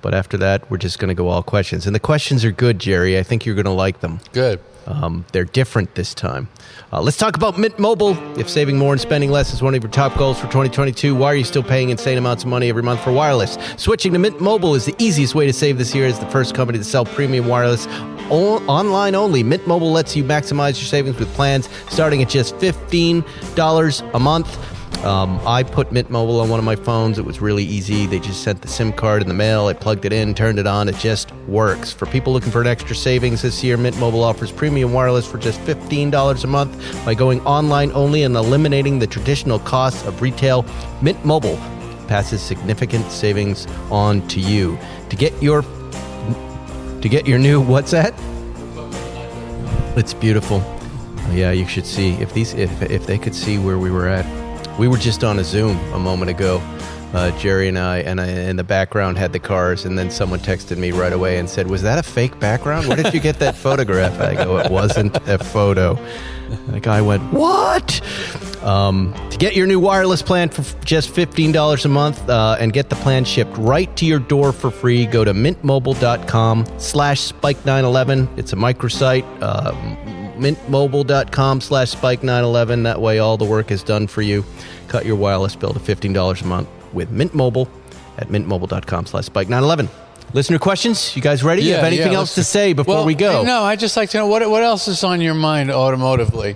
Speaker 3: but after that, we're just going to go all questions. And the questions are good, Jerry. I think you're going to like them.
Speaker 4: Good.
Speaker 3: Um, they're different this time. Uh, let's talk about Mint Mobile. If saving more and spending less is one of your top goals for 2022, why are you still paying insane amounts of money every month for wireless? Switching to Mint Mobile is the easiest way to save this year as the first company to sell premium wireless o- online only. Mint Mobile lets you maximize your savings with plans starting at just $15 a month. Um, I put Mint Mobile on one of my phones. It was really easy. They just sent the SIM card in the mail. I plugged it in, turned it on. It just works. For people looking for an extra savings this year, Mint Mobile offers premium wireless for just $15 a month by going online only and eliminating the traditional costs of retail. Mint Mobile passes significant savings on to you. To get your to get your new what's that? It's beautiful. Yeah, you should see if these if if they could see where we were at. We were just on a Zoom a moment ago. Uh, Jerry and I, and I in the background had the cars, and then someone texted me right away and said, "Was that a fake background? Where did you get that photograph?" I go, "It wasn't a photo." And the guy went, "What?" Um, to get your new wireless plan for f- just fifteen dollars a month uh, and get the plan shipped right to your door for free, go to mintmobile.com/slash spike nine eleven. It's a microsite. Uh, mintmobile.com slash spike 911 that way all the work is done for you cut your wireless bill to $15 a month with mint mobile at mintmobile.com slash spike 911 listener questions you guys ready you have anything else
Speaker 4: let's-
Speaker 3: to say before
Speaker 4: Well,
Speaker 3: we go
Speaker 4: No, I just like to know what what else is on your mind automotively.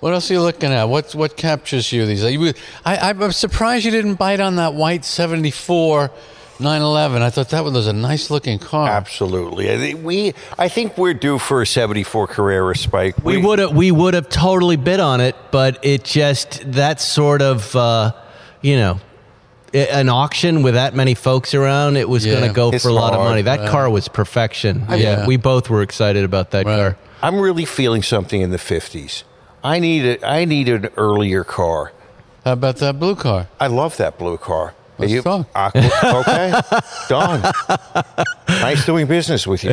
Speaker 4: What else are you looking at? What what captures you these? days? You- I, I'm surprised you didn't bite on that white '74 911. I thought that was a nice looking car.
Speaker 5: Absolutely. I think we I think we're due for a 74 Carrera spike.
Speaker 3: we would have we would have totally bid on it but it just that sort of uh, you know i- an auction with that many folks around, it was going
Speaker 4: Yeah.
Speaker 3: to go
Speaker 5: It's
Speaker 3: for a lot of
Speaker 5: hard.
Speaker 3: money. That car was perfection.
Speaker 4: Yeah.
Speaker 3: yeah, we both were excited about that
Speaker 4: Right.
Speaker 3: car.
Speaker 5: I'm really feeling something in the 50s. I need a, I need an earlier car.
Speaker 4: How about that blue car?
Speaker 5: I love that blue car. Are
Speaker 4: Let's talk.
Speaker 5: Aqua- okay, done. Nice doing business with you.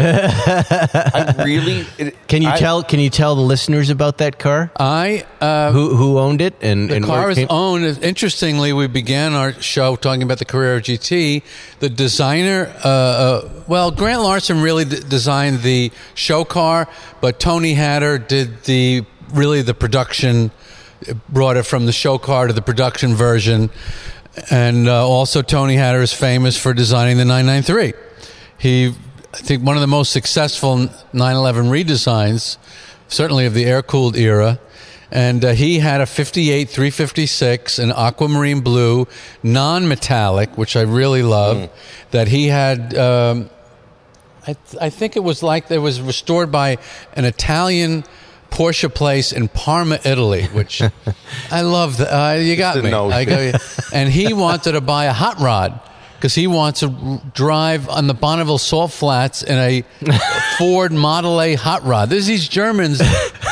Speaker 5: I really. it-
Speaker 3: Can you
Speaker 5: I-
Speaker 3: tell? Can you tell the listeners about that car?
Speaker 4: I uh,
Speaker 3: who who owned it and
Speaker 4: The
Speaker 3: and where
Speaker 4: car
Speaker 3: it
Speaker 4: is
Speaker 3: came-
Speaker 4: owned. Interestingly, we began our show talking about the Carrera GT. The designer, uh, uh, well, Grant Larson really d- designed the show car, but Tony Hatter did the really the production, brought it from the show car to the production version, and uh, also Tony Hatter is famous for designing the 993. He, I think, one of the most successful 911 redesigns, certainly of the air cooled era. And uh, he had a 58 356 in aquamarine blue, non metallic, which I really love, that he had. Um, I, th- I think it was like it was restored by an Italian Porsche place in Parma, Italy, which I love. The, uh, you got
Speaker 5: the
Speaker 4: me.
Speaker 5: nose
Speaker 4: I go, and he wanted to buy a hot rod because he wants to r- drive on the Bonneville Salt Flats in a Ford Model A hot rod. There's these Germans,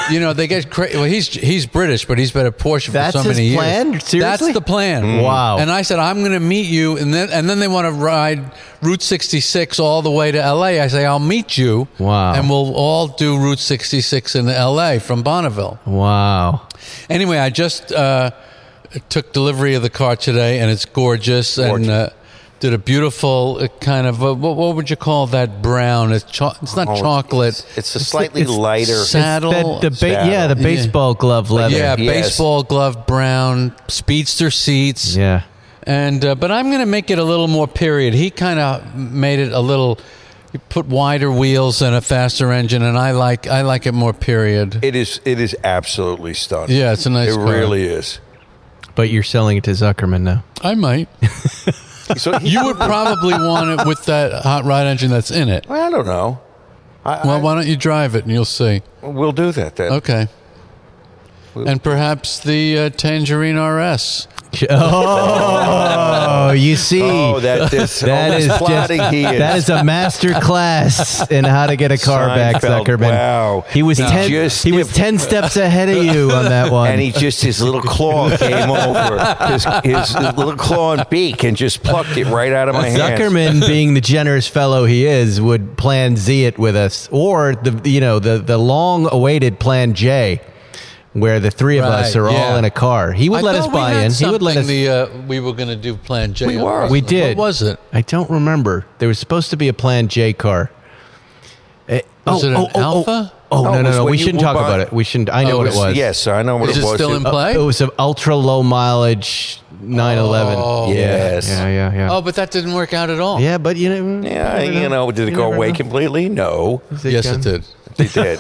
Speaker 4: you know, they get crazy. Well, he's he's British, but he's been at Porsche
Speaker 3: That's
Speaker 4: for so
Speaker 3: his
Speaker 4: many years.
Speaker 3: plan? Seriously?
Speaker 4: That's the plan.
Speaker 5: Mm.
Speaker 3: Wow.
Speaker 4: And I said, I'm going to meet you, and then and then they want to ride Route 66 all the way to L.A. I say, I'll meet you.
Speaker 3: Wow.
Speaker 4: And we'll all do Route 66 in L.A. from Bonneville.
Speaker 3: Wow.
Speaker 4: Anyway, I just uh, took delivery of the car today, and it's gorgeous, and. Uh, did a beautiful uh, kind of uh what, what would you call that brown? It's cho- it's not
Speaker 5: Oh,
Speaker 4: chocolate.
Speaker 5: it's- it's a slightly lighter- It's
Speaker 4: saddle.
Speaker 5: Oh,
Speaker 3: the, the ba-
Speaker 5: saddle.
Speaker 3: yeah, the baseball glove leather.
Speaker 4: yeah,
Speaker 5: Yes.
Speaker 4: baseball glove brown speedster seats.
Speaker 3: Yeah.
Speaker 4: And uh, but I'm going to make it a little more period. He kind of made it a little he put wider wheels and a faster engine and I like I like it more period.
Speaker 5: It is. It is absolutely stunning.
Speaker 4: Yeah, it's a nice
Speaker 5: It
Speaker 4: car.
Speaker 5: really is.
Speaker 3: But you're selling it to Zuckerman now.
Speaker 4: I might.
Speaker 5: So he,
Speaker 4: You would probably want it with that hot rod engine that's in it.
Speaker 5: I don't know. I,
Speaker 4: Well, why don't you drive it and you'll see.
Speaker 5: I, we'll do that then.
Speaker 4: Okay. And perhaps the uh, Tangerine RS.
Speaker 3: Oh, you see.
Speaker 5: Oh, that this
Speaker 3: That
Speaker 5: oh,
Speaker 3: is just-
Speaker 5: plotting he is.
Speaker 3: That is a master class in how to get a car back,
Speaker 5: Seinfeld,
Speaker 3: Zuckerman.
Speaker 5: wow.
Speaker 3: He was
Speaker 5: He
Speaker 3: ten.
Speaker 5: just
Speaker 3: He was
Speaker 5: skipped-
Speaker 3: ten steps ahead of you on that one.
Speaker 5: and he just his little claw came over his, his little claw and beak and just plucked it right out of my hand.
Speaker 3: Zuckerman, being the generous fellow he is, would Plan Z it with us, or the you know the the long-awaited Plan J, where the three of us
Speaker 4: Right,
Speaker 3: are all
Speaker 4: yeah.
Speaker 3: in a car. He would
Speaker 4: I
Speaker 3: let us
Speaker 4: thought we
Speaker 3: buy
Speaker 4: had
Speaker 3: in. He would let
Speaker 4: something
Speaker 3: us.
Speaker 4: The, uh, we were going to do Plan J.
Speaker 5: We were.
Speaker 3: we did.
Speaker 4: What was it?
Speaker 3: I don't remember. There was supposed to be a Plan J car. Eh,
Speaker 4: Was it an Alpha?
Speaker 3: Oh,
Speaker 5: No,
Speaker 3: no,
Speaker 5: it
Speaker 3: no,
Speaker 5: was
Speaker 3: no.
Speaker 5: when
Speaker 3: We
Speaker 5: you
Speaker 3: shouldn't
Speaker 5: were
Speaker 3: talk
Speaker 5: buying-
Speaker 3: about it. We shouldn't. I know
Speaker 4: Oh,
Speaker 3: what it
Speaker 4: it's-
Speaker 3: was.
Speaker 5: Yes, I know what
Speaker 4: Is
Speaker 5: it
Speaker 4: it
Speaker 5: was.
Speaker 4: still in play?
Speaker 3: It was an ultra low mileage 911.
Speaker 4: Oh.
Speaker 5: Yes.
Speaker 3: Yeah, yeah, yeah.
Speaker 4: Oh, but that didn't work out at all.
Speaker 3: Yeah, but you know.
Speaker 5: Yeah,
Speaker 3: never
Speaker 5: you know, did it
Speaker 3: You
Speaker 5: go
Speaker 3: never
Speaker 5: away
Speaker 3: know.
Speaker 5: completely? No,
Speaker 3: Is
Speaker 4: Yes,
Speaker 3: gone?
Speaker 4: it did.
Speaker 5: it did.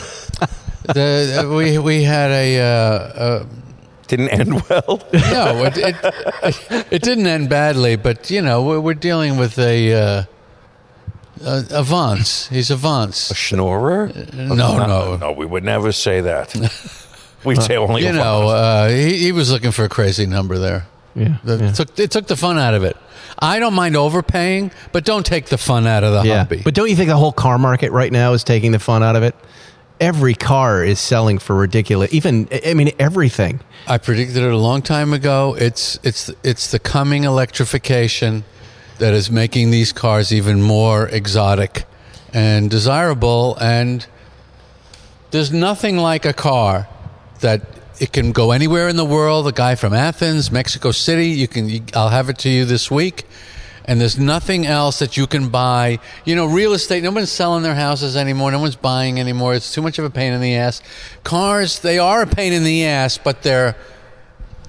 Speaker 4: The, uh, we we had a uh,
Speaker 5: Didn't end well.
Speaker 4: uh, no. It, it it didn't end badly, but you know we're, we're dealing with a uh, uh, avance. He's avance.
Speaker 5: Schnorrer?
Speaker 4: Uh, No, no.
Speaker 5: no, we would never say that. We'd say only
Speaker 4: You
Speaker 5: one.
Speaker 4: know uh, he, he was looking for a crazy number there.
Speaker 3: Yeah.
Speaker 4: That
Speaker 3: yeah.
Speaker 4: took it took the fun out of it. I don't mind overpaying, but don't take the fun out of the
Speaker 3: Yeah.
Speaker 4: hobby.
Speaker 3: But don't you think the whole car market right now is taking the fun out of it? Every car is selling for ridiculous. Even I I mean everything.
Speaker 4: I predicted it a long time ago. It's it's it's the coming electrification that is making these cars even more exotic and desirable and there's nothing like a car that it can go anywhere in the world. A guy from Athens, Mexico City, you can. You, I'll have it to you this week. And there's nothing else that you can buy. You know, real estate. No one's selling their houses anymore. No one's buying anymore. It's too much of a pain in the ass. Cars, they are a pain in the ass, but they're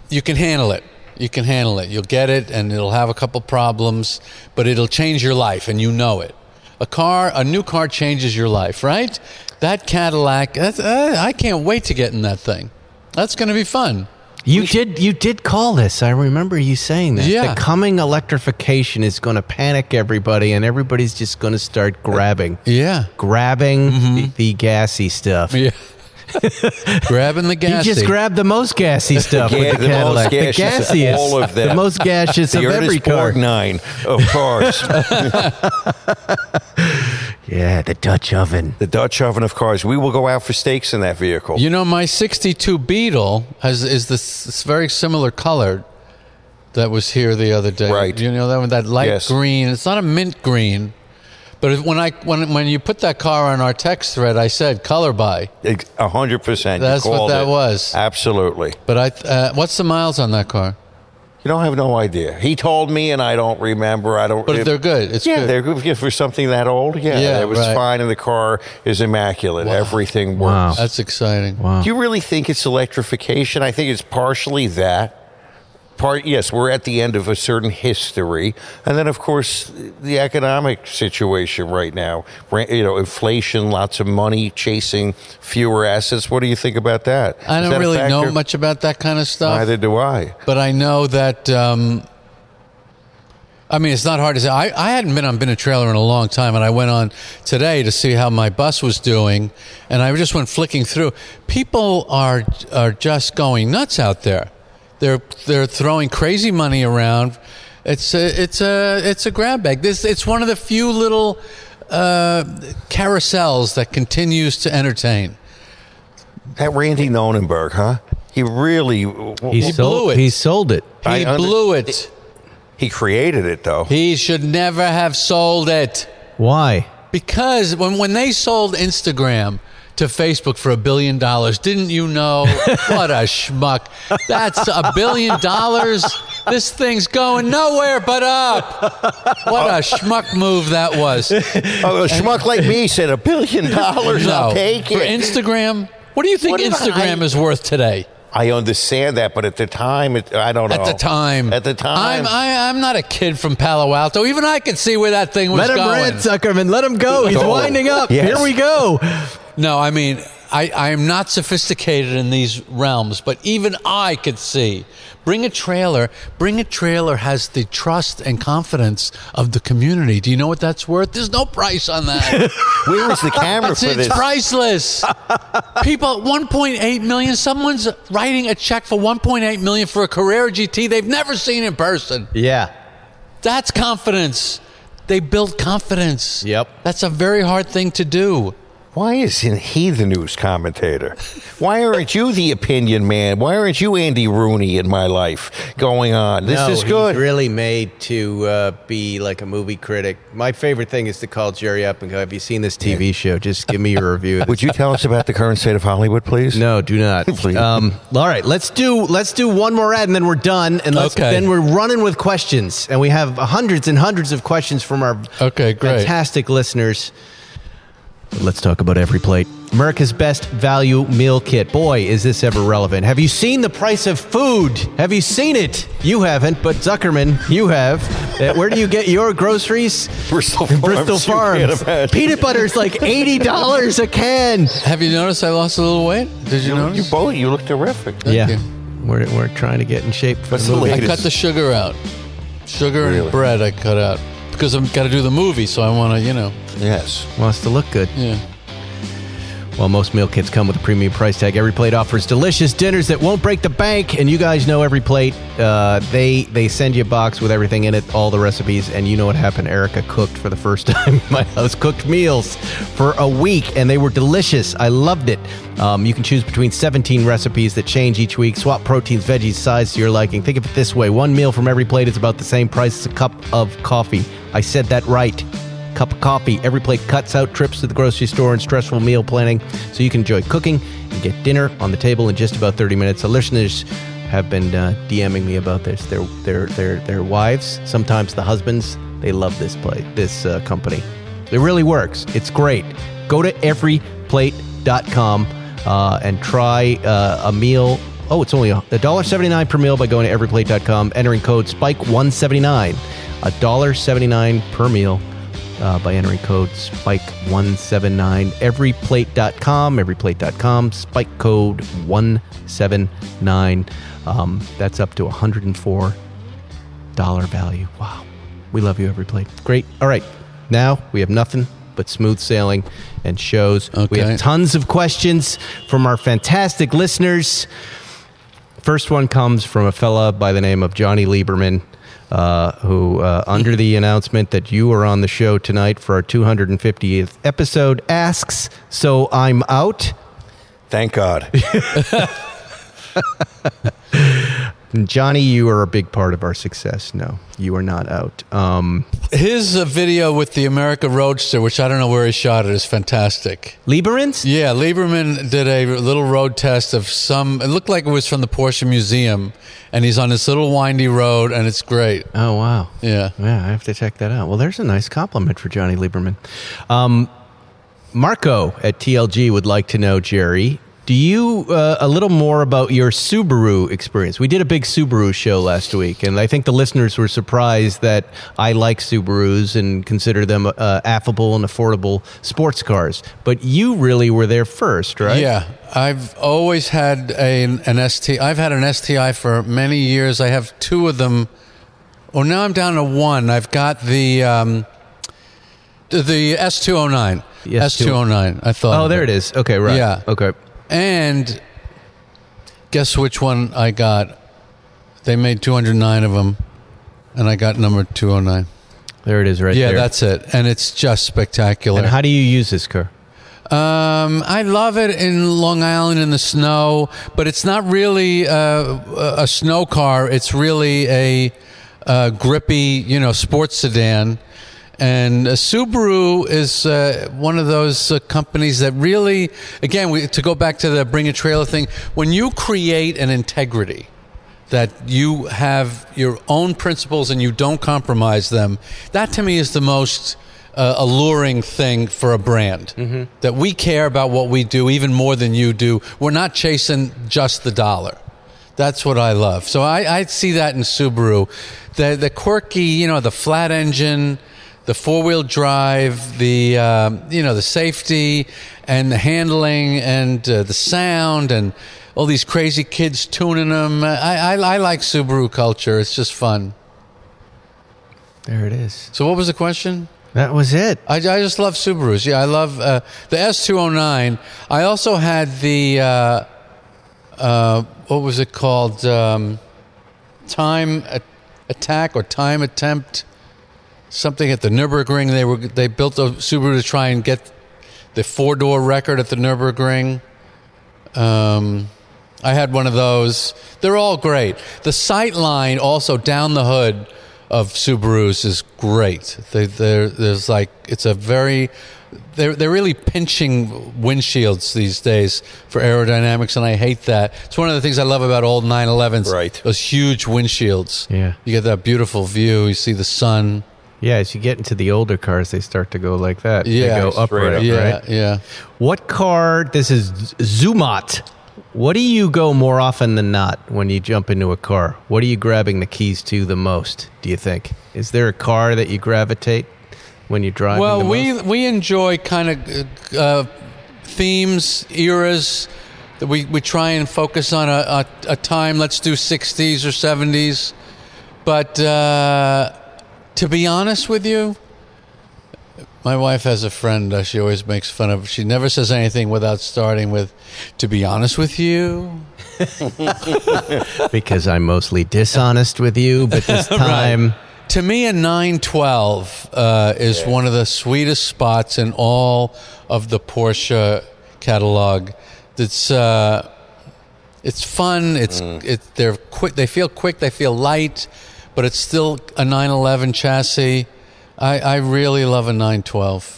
Speaker 4: you can handle it. You can handle it. You'll get it, and it'll have a couple problems, but it'll change your life, and you know it. A car, a new car changes your life, right? That Cadillac, that's, uh, I can't wait to get in that thing. That's going to be fun.
Speaker 3: You did you did call this. I remember you saying that.
Speaker 4: Yeah.
Speaker 3: The coming electrification is going to panic everybody and everybody's just going to start grabbing.
Speaker 4: Yeah.
Speaker 3: Grabbing the, the gassy stuff.
Speaker 4: Yeah. Grabbing the
Speaker 3: You
Speaker 4: gas.
Speaker 3: just grabbed the most gassy stuff
Speaker 5: Yeah,
Speaker 3: with the,
Speaker 5: the
Speaker 3: Cadillac.
Speaker 5: most gaseous of
Speaker 3: the gassiest,
Speaker 5: all of them.
Speaker 3: the most gaseous
Speaker 5: the
Speaker 3: of every
Speaker 5: Ernest
Speaker 3: car.
Speaker 5: Borgnine, of course.
Speaker 3: Yeah, the Dutch oven.
Speaker 5: the Dutch oven of cars. We will go out for steaks in that vehicle.
Speaker 4: You know, my 62 Beetle has is this, this very similar color that was here the other day.
Speaker 5: Right.
Speaker 4: You know that one, that light
Speaker 5: Yes.
Speaker 4: green. It's not a mint green, but if, when I when when you put that car on our text thread, I said color by.
Speaker 5: Ex- A hundred percent. you
Speaker 4: That's what
Speaker 5: called
Speaker 4: that
Speaker 5: it.
Speaker 4: was.
Speaker 5: Absolutely.
Speaker 4: But I uh, what's the miles on that car?
Speaker 5: You don't have no idea. He told me, and I don't remember. I don't.
Speaker 4: But they're good. It's
Speaker 5: Yeah,
Speaker 4: good.
Speaker 5: they're good for something that old. Yeah,
Speaker 4: Yeah,
Speaker 5: it was
Speaker 4: right.
Speaker 5: fine, and the car is immaculate. Everything
Speaker 3: Wow.
Speaker 5: works.
Speaker 4: That's exciting.
Speaker 3: Wow.
Speaker 5: Do you really think it's electrification? I think it's partially that, part, yes, we're at the end of a certain history. And then, of course, the economic situation right now, Ra- you know, inflation, lots of money chasing fewer assets. What do you think about that?
Speaker 4: I
Speaker 5: Is
Speaker 4: don't
Speaker 5: that a
Speaker 4: really know
Speaker 5: factor?
Speaker 4: much about that kind of stuff.
Speaker 5: Neither do I.
Speaker 4: But I know that. Um, I mean, it's not hard to say. I, I hadn't been on been a trailer in a long time, and I went on today to see how my bus was doing, and I just went flicking through. People are are just going nuts out there. They're they're throwing crazy money around. It's a it's a it's a grab bag. This it's one of the few little uh, carousels that continues to entertain.
Speaker 5: That Randy Nonenberg, huh? He really
Speaker 3: He
Speaker 4: He
Speaker 3: sold
Speaker 4: blew it.
Speaker 3: He sold it.
Speaker 4: He
Speaker 5: I under-
Speaker 4: blew it.
Speaker 5: he created it though.
Speaker 4: He should never have sold it.
Speaker 3: Why?
Speaker 4: Because when, when they sold Instagram to Facebook for a billion dollars, didn't you know? what a schmuck. That's a billion dollars. This thing's going nowhere but up. What a schmuck move that was.
Speaker 5: Oh, a schmuck like me said a billion dollars.
Speaker 4: No.
Speaker 5: I'll take
Speaker 4: For
Speaker 5: it.
Speaker 4: Instagram, what do you think
Speaker 5: What did
Speaker 4: Instagram
Speaker 5: I-
Speaker 4: is worth today?
Speaker 5: I understand that, but at the time, it, I don't know.
Speaker 4: At the time.
Speaker 5: Oh, At the
Speaker 4: I'm,
Speaker 5: time.
Speaker 4: I, I'm not a kid from Palo Alto. Even I could see where that thing was
Speaker 3: Let him
Speaker 4: going.
Speaker 3: rant, Zuckerman. Let him go. He's
Speaker 5: Go.
Speaker 3: winding up.
Speaker 5: Yes.
Speaker 3: Here we go.
Speaker 4: No, I mean, I, I am not sophisticated in these realms, but even I could see. Bring a trailer. Bring a trailer has the trust and confidence of the community. Do you know what that's worth? There's no price on that.
Speaker 5: Where was the camera
Speaker 4: it's,
Speaker 5: for
Speaker 4: it's
Speaker 5: this?
Speaker 4: priceless. People, 1.8 million. Someone's writing a check for 1.8 million for a Carrera GT they've never seen in person.
Speaker 3: Yeah.
Speaker 4: That's confidence. They build confidence.
Speaker 3: Yep.
Speaker 4: That's a very hard thing to do.
Speaker 5: Why isn't he the news commentator? Why aren't you the opinion man? Why aren't you Andy Rooney in my life going on? This
Speaker 3: No,
Speaker 5: is good.
Speaker 3: He's really made to uh, be like a movie critic. My favorite thing is to call Jerry up and go, "Have you seen this TV show? Just give me your review."
Speaker 5: Would you tell us about the current state of Hollywood, please?
Speaker 3: No, do not.
Speaker 5: Please.
Speaker 3: Um, all right, let's do let's do one more ad and then we're done. And let's,
Speaker 4: Okay.
Speaker 3: then we're running with questions, and we have hundreds and hundreds of questions from our
Speaker 4: Okay, great.
Speaker 3: fantastic listeners. Let's talk about every plate. America's Best Value Meal Kit. Boy, is this ever relevant. Have you seen the price of food? Have you seen it? You haven't, but Zuckerman, you have. Uh, where do you get your groceries?
Speaker 5: Bristol
Speaker 3: In
Speaker 5: Farms,
Speaker 3: Bristol
Speaker 5: you can't
Speaker 3: Farms.
Speaker 5: imagine.
Speaker 3: Peanut butter is like $80 a can.
Speaker 4: Have you noticed I lost a little weight? Did you,
Speaker 5: You,
Speaker 4: notice?
Speaker 5: you both, you look terrific.
Speaker 3: yeah.
Speaker 4: you.
Speaker 3: We're, we're trying to get in shape for
Speaker 5: What's
Speaker 3: the
Speaker 5: the
Speaker 3: movie.
Speaker 4: I
Speaker 5: It
Speaker 4: cut
Speaker 5: is-
Speaker 4: the sugar out. Sugar
Speaker 5: Really?
Speaker 4: and bread I cut out because I've got to do the movie, so I want to, you know,
Speaker 5: Yes.
Speaker 3: Wants to look good.
Speaker 4: yeah.
Speaker 3: While most meal kits come with a premium price tag, every plate offers delicious dinners that won't break the bank. And you guys know every plate. Uh, they they send you a box with everything in it, all the recipes. And you know what happened? Erica cooked for the first time. in My house cooked meals for a week, and they were delicious. I loved it. Um, you can choose between 17 recipes that change each week. Swap proteins, veggies, sides to your liking. Think of it this way: one meal from every plate is about the same price as a cup of coffee. I said that right cup of coffee. Every plate cuts out trips to the grocery store and stressful meal planning, so you can enjoy cooking and get dinner on the table in just about 30 minutes. The listeners have been uh, DMing me about this. Their their their their wives, sometimes the husbands, they love this plate, this uh, company. It really works. It's great. Go to everyplate.com uh, and try uh, a meal. Oh, it's only $1.79 per meal by going to everyplate.com, entering code SPIKE179. $1.79 per meal uh, by entering code SPIKE179, everyplate.com, everyplate.com, SPIKE code 179. Um, that's up to $104 value. Wow. We love you, Everyplate. Great. All right. Now we have nothing but smooth sailing and shows. We
Speaker 4: Okay.
Speaker 3: have tons of questions from our fantastic listeners. First one comes from a fella by the name of Johnny Lieberman, uh, who, uh, under the announcement that you are on the show tonight for our 250th episode, asks, So I'm out?
Speaker 5: Thank God.
Speaker 3: And Johnny, you are a big part of our success. No, you are not out. Um,
Speaker 4: His uh, video with the America Roadster, which I don't know where he shot it, is fantastic.
Speaker 3: Lieberman's?
Speaker 4: Yeah, Lieberman did a little road test of some. It looked like it was from the Porsche Museum, and he's on this little windy road, and it's great.
Speaker 3: Oh, wow.
Speaker 4: Yeah.
Speaker 3: Yeah, I have to check that out. Well, there's a nice compliment for Johnny Lieberman. Um, Marco at TLG would like to know, Jerry, Do you uh, a little more about your Subaru experience? We did a big Subaru show last week, and I think the listeners were surprised that I like Subarus and consider them uh, affable and affordable sports cars. But you really were there first, right?
Speaker 4: Yeah, I've always had a, an ST. I've had an STI for many years. I have two of them. Well, now I'm down to one. I've got the um, the- the S209.
Speaker 3: Yes,
Speaker 4: S209. I thought.
Speaker 3: Oh,
Speaker 4: of
Speaker 3: there it is. Okay, right.
Speaker 4: Yeah.
Speaker 3: Okay.
Speaker 4: And guess which one I got? They made 209 of them, and I got number 209.
Speaker 3: There it is, right
Speaker 4: Yeah,
Speaker 3: there.
Speaker 4: that's it. And it's just spectacular.
Speaker 3: And how do you use this car?
Speaker 4: Um, I love it in Long Island in the snow, but it's not really uh, a, a snow car. It's really a, uh grippy, you know, sports sedan. And uh, Subaru is uh, one of those uh, companies that really, again, we, to go back to the bring a trailer thing, when you create an integrity, that you have your own principles and you don't compromise them. That to me is the most uh, alluring thing for a brand. That we care about what we do even more than you do. We're not chasing just the dollar. That's what I love. So I, I see that in Subaru. The, the quirky, you know, the flat engine, the four wheel drive, the um, you know the safety and the handling and uh, the sound and all these crazy kids tuning them. I, I I like Subaru culture. It's just fun.
Speaker 3: There it is.
Speaker 4: So what was the question?
Speaker 3: That was it.
Speaker 4: I, I just love Subarus. Yeah, I love uh, the S209. I also had the, uh, uh, what was it called? Um, time a- attack or time attempt, something at the Nürburgring. They, were, they built a Subaru to try and get the four door record at the Nürburgring. Um, I had one of those. They're all great. The sight line also down the hood of Subarus is great. They, they're, there's like it's a very they're they're really pinching windshields these days for aerodynamics, and I hate that. It's one of the things I love about old 911s.
Speaker 5: Right.
Speaker 4: those huge windshields.
Speaker 3: Yeah.
Speaker 4: you get that beautiful view. You see the sun.
Speaker 3: Yeah, as you get into the older cars, they start to go like that.
Speaker 4: Yeah,
Speaker 3: they go
Speaker 4: straight
Speaker 3: upright.
Speaker 5: up.
Speaker 4: Yeah,
Speaker 3: Right?
Speaker 4: yeah.
Speaker 3: What car? This is Zumat. What do you go more often than not when you jump into a car? What are you grabbing the keys to the most? Do you think? Is there a car that you gravitate when you drive?
Speaker 4: Well,
Speaker 3: the
Speaker 4: we
Speaker 3: most?
Speaker 4: we enjoy kind of uh, themes, eras. That we, we try and focus on a, a, a time. Let's do 60s or 70s. But uh, to be honest with you, my wife has a friend uh, she always makes fun of. She never says anything without starting with, to be honest with you.
Speaker 3: because I'm mostly dishonest with you, but this time
Speaker 4: To me, a 912 uh, is one of the sweetest spots in all of the Porsche catalog. It's uh, it's fun. It's it, they're quick. They feel quick. They feel light, but it's still a 911 chassis. I, I really love a 912.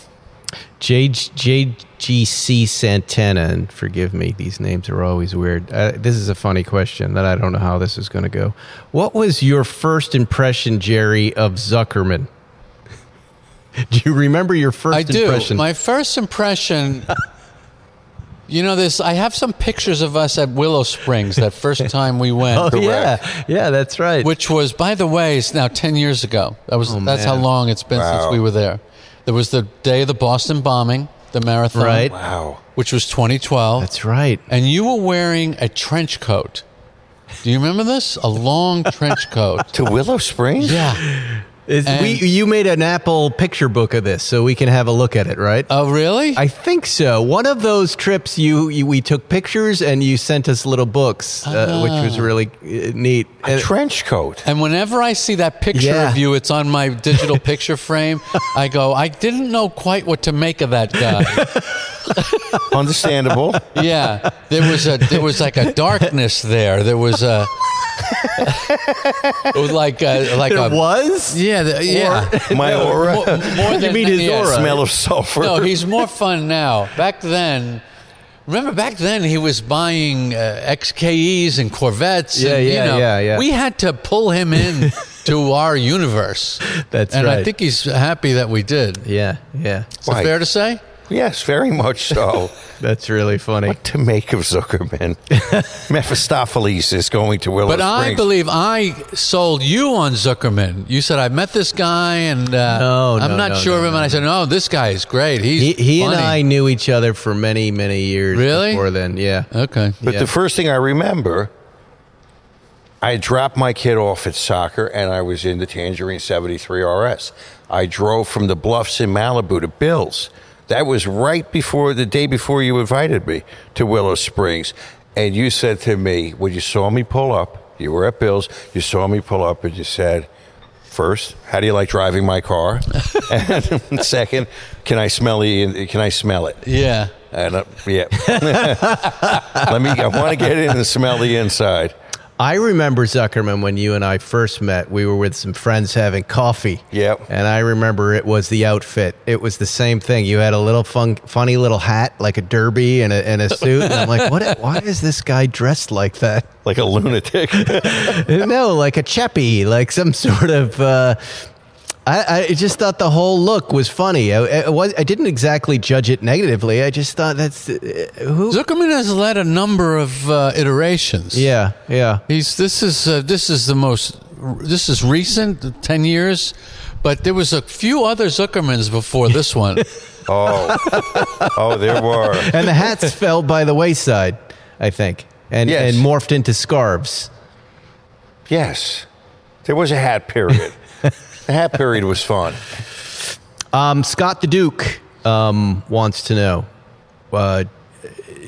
Speaker 3: J- JGC Santana, and forgive me, these names are always weird. Uh, this is a funny question that I don't know how this is going to go. What was your first impression, Jerry, of Zuckerman? do you remember your first
Speaker 4: I do.
Speaker 3: impression?
Speaker 4: My first impression. you know this. I have some pictures of us at Willow Springs that first time we went.
Speaker 3: oh, yeah. Yeah, that's right.
Speaker 4: which was by the way is now 10 years ago that was that's
Speaker 3: Oh, man.
Speaker 4: how long it's been
Speaker 5: Wow.
Speaker 4: since we were there there was the day of the boston bombing the marathon
Speaker 3: Right.
Speaker 5: Wow.
Speaker 4: which was 2012
Speaker 3: that's right.
Speaker 4: and you were wearing a trench coat do you remember this a long trench coat
Speaker 5: To Willow Springs?
Speaker 4: yeah
Speaker 3: Is-
Speaker 4: and-
Speaker 3: we, you made an Apple picture book of this, so we can have a look at it, right?
Speaker 4: oh really
Speaker 3: I think so. One of those trips, you, you we took pictures and you sent us little books, uh, which
Speaker 4: Ah.
Speaker 3: was really uh, neat.
Speaker 5: A
Speaker 3: And-
Speaker 5: trench coat.
Speaker 4: and whenever I see that picture
Speaker 3: Yeah.
Speaker 4: of you, it's on my digital picture frame. I go, I didn't know quite what to make of that guy.
Speaker 5: Understandable.
Speaker 4: yeah there was a there was like a darkness there there was a it was like a, like
Speaker 3: there
Speaker 4: a
Speaker 3: was.
Speaker 4: yeah the, yeah
Speaker 5: My aura.
Speaker 4: more, more than
Speaker 3: mean his
Speaker 4: yeah.
Speaker 3: aura.
Speaker 5: Smell of sulfur.
Speaker 4: no he's more fun now back then remember back then he was buying uh, xkes and corvettes
Speaker 3: Yeah,
Speaker 4: and,
Speaker 3: yeah,
Speaker 4: you know,
Speaker 3: yeah, yeah.
Speaker 4: we had to pull him in to our universe
Speaker 3: That's
Speaker 4: and i
Speaker 3: right.
Speaker 4: think he's happy that we did is
Speaker 3: Yeah, yeah.
Speaker 4: that
Speaker 5: Why?
Speaker 4: fair to say
Speaker 5: Yes, very much so.
Speaker 3: That's really funny.
Speaker 5: what to make of Zuckerman? Mephistopheles is going to Willow
Speaker 4: But I
Speaker 5: Springs.
Speaker 4: believe I sold you on Zuckerman. You said I met this guy, and uh,
Speaker 3: No, no,
Speaker 4: I'm not
Speaker 3: no,
Speaker 4: sure
Speaker 3: no,
Speaker 4: of him.
Speaker 3: no,
Speaker 4: and I said, no, this guy is great. He's
Speaker 3: He, he and
Speaker 4: funny."
Speaker 3: I knew each other for many, many years
Speaker 4: Really?
Speaker 3: before then. Yeah.
Speaker 4: Okay.
Speaker 5: But
Speaker 3: Yeah.
Speaker 5: the first thing I remember, I dropped my kid off at soccer and I was in the Tangerine 73 RS. I drove from the Bluffs in Malibu to Bill's. That was right before the day before you invited me to Willow Springs. And you said to me, when you saw me pull up, you were at Bill's, you saw me pull up and you said, First, how do you like driving my car? and second, can I smell the, can I smell it?
Speaker 4: Yeah.
Speaker 5: And uh, yeah, let me. I want to get in and smell the inside.
Speaker 3: I remember Zuckerman when you and I first met. We were with some friends having coffee.
Speaker 5: Yep.
Speaker 3: And I remember it was the outfit. It was the same thing. You had a little fun, funny little hat, like a derby and a, and a suit. And I'm like, what? Why is this guy dressed like that?
Speaker 5: Like a lunatic.
Speaker 3: Uh, no, like a cheppy, like some sort of. Uh, I, I just thought the whole look was funny. I, I, was, I didn't exactly judge it negatively. I just thought that's uh, who.
Speaker 4: Zuckerman has led a number of uh, iterations.
Speaker 3: Yeah, yeah.
Speaker 4: He's this is uh, this is the most this is recent, ten years, but there was a few other Zuckermans before this one.
Speaker 5: oh, oh, there were.
Speaker 3: And the hats fell by the wayside, I think, and
Speaker 5: Yes.
Speaker 3: and morphed into scarves.
Speaker 5: Yes, there was a hat period. The hat period was fun.
Speaker 3: Um, Scott the Duke um, wants to know, uh,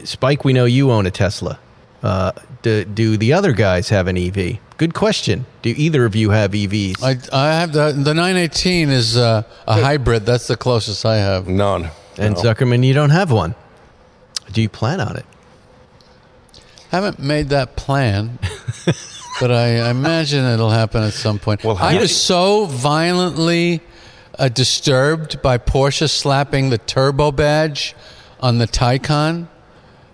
Speaker 3: Spike. We know you own a Tesla. Uh, do, do the other guys have an EV? Good question. Do either of you have E EVs?
Speaker 4: I, I have the the nine eighteen is uh, a hybrid. That's the closest I have.
Speaker 5: None.
Speaker 3: And
Speaker 5: No.
Speaker 3: Zuckerman, you don't have one. Do you plan on it?
Speaker 4: Haven't made that plan, but I, I imagine it'll happen at some point.
Speaker 5: Well, how
Speaker 4: I
Speaker 5: do
Speaker 4: was
Speaker 5: you-
Speaker 4: so violently uh, disturbed by Porsche slapping the turbo badge on the Taycan.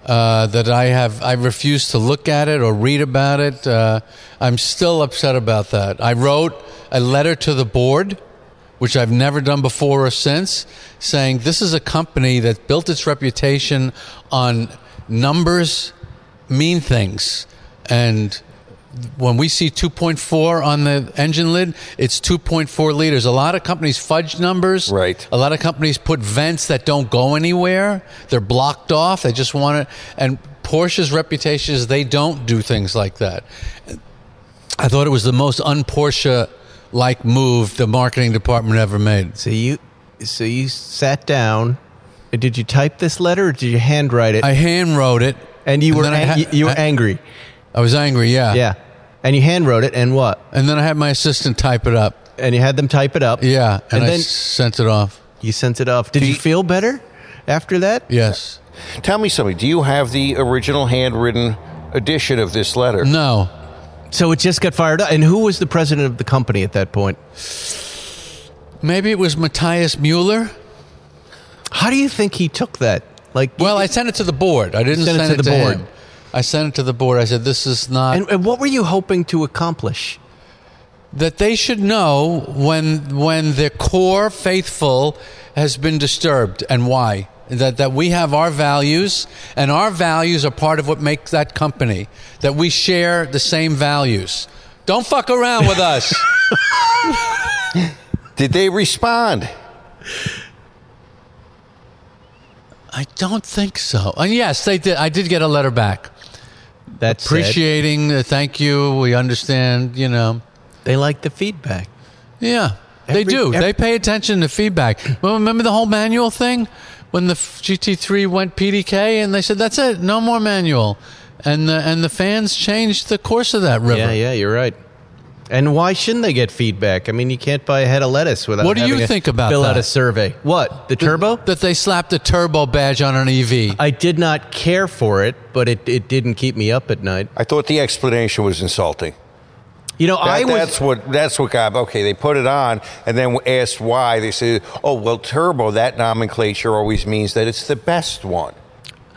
Speaker 4: uh, that I have I refuse to look at it or read about it. Uh, I'm still upset about that. I wrote a letter to the board, which I've never done before or since, saying this is a company that built its reputation on numbers, mean things, and when we see 2.4 on the engine lid, it's 2.4 liters. A lot of companies fudge numbers.
Speaker 5: Right.
Speaker 4: A lot of companies put vents that don't go anywhere. They're blocked off. They just want to. And Porsche's reputation is they don't do things like that. I thought it was the most un Porsche like move the marketing department ever made.
Speaker 3: So you, so you sat down. Did you type this letter or did you handwrite it?
Speaker 4: I hand wrote it.
Speaker 3: and you were
Speaker 4: then I
Speaker 3: ang-
Speaker 4: ha-
Speaker 3: you were
Speaker 4: I-
Speaker 3: angry.
Speaker 4: I was angry, yeah.
Speaker 3: Yeah. And you handwrote it, and what?
Speaker 4: And then I had my assistant type it up.
Speaker 3: And you had them type it up.
Speaker 4: Yeah. And,
Speaker 3: And,
Speaker 4: I
Speaker 3: then
Speaker 4: s- sent it off.
Speaker 3: you sent it off. Did you feel better after that?
Speaker 4: Yes.
Speaker 5: Tell me something. Do you have the original handwritten edition of this letter?
Speaker 4: No.
Speaker 3: So it just got fired up. And who was the president of the company at that point?
Speaker 4: Maybe it was Matthias Mueller.
Speaker 3: How do you think he took that? Like,
Speaker 4: Well, I sent it to the board. I didn't
Speaker 3: Sent it
Speaker 4: send
Speaker 3: to
Speaker 4: it to,
Speaker 3: the board.
Speaker 4: him. I sent it to the board. I said, "This is not
Speaker 3: and, and what were you hoping to accomplish?
Speaker 4: that they should know when when their core faithful has been disturbed and why that that we have our values and our values are part of what makes that company that we share the same values. Don't fuck around with us."
Speaker 5: Did they respond?
Speaker 4: I don't think so. And yes, they did. I did get a letter back
Speaker 3: That's
Speaker 4: appreciating. Uh, thank you. We understand. You know.
Speaker 3: They like the feedback.
Speaker 4: Yeah,
Speaker 3: Every-
Speaker 4: they do.
Speaker 3: every-
Speaker 4: they pay attention to feedback. Well, remember the whole manual thing when the f- GT3 went PDK and they said that's it, no more manual, and the and the fans changed the course of that river.
Speaker 3: Yeah, yeah, you're right. And why shouldn't they get feedback? I mean, you can't buy a head of lettuce without.
Speaker 4: What do you
Speaker 3: having to
Speaker 4: think about
Speaker 3: Fill out
Speaker 4: that?
Speaker 3: a survey. What the turbo?
Speaker 4: That they slapped a turbo badge on an E EV.
Speaker 3: I did not care for it, but it, it didn't keep me up at night.
Speaker 5: I thought the explanation was insulting.
Speaker 3: You know, I
Speaker 5: That,
Speaker 3: was.
Speaker 5: that's what that's what got okay. They put it on and then asked why. They said, "Oh well, turbo. That nomenclature always means that it's the best one."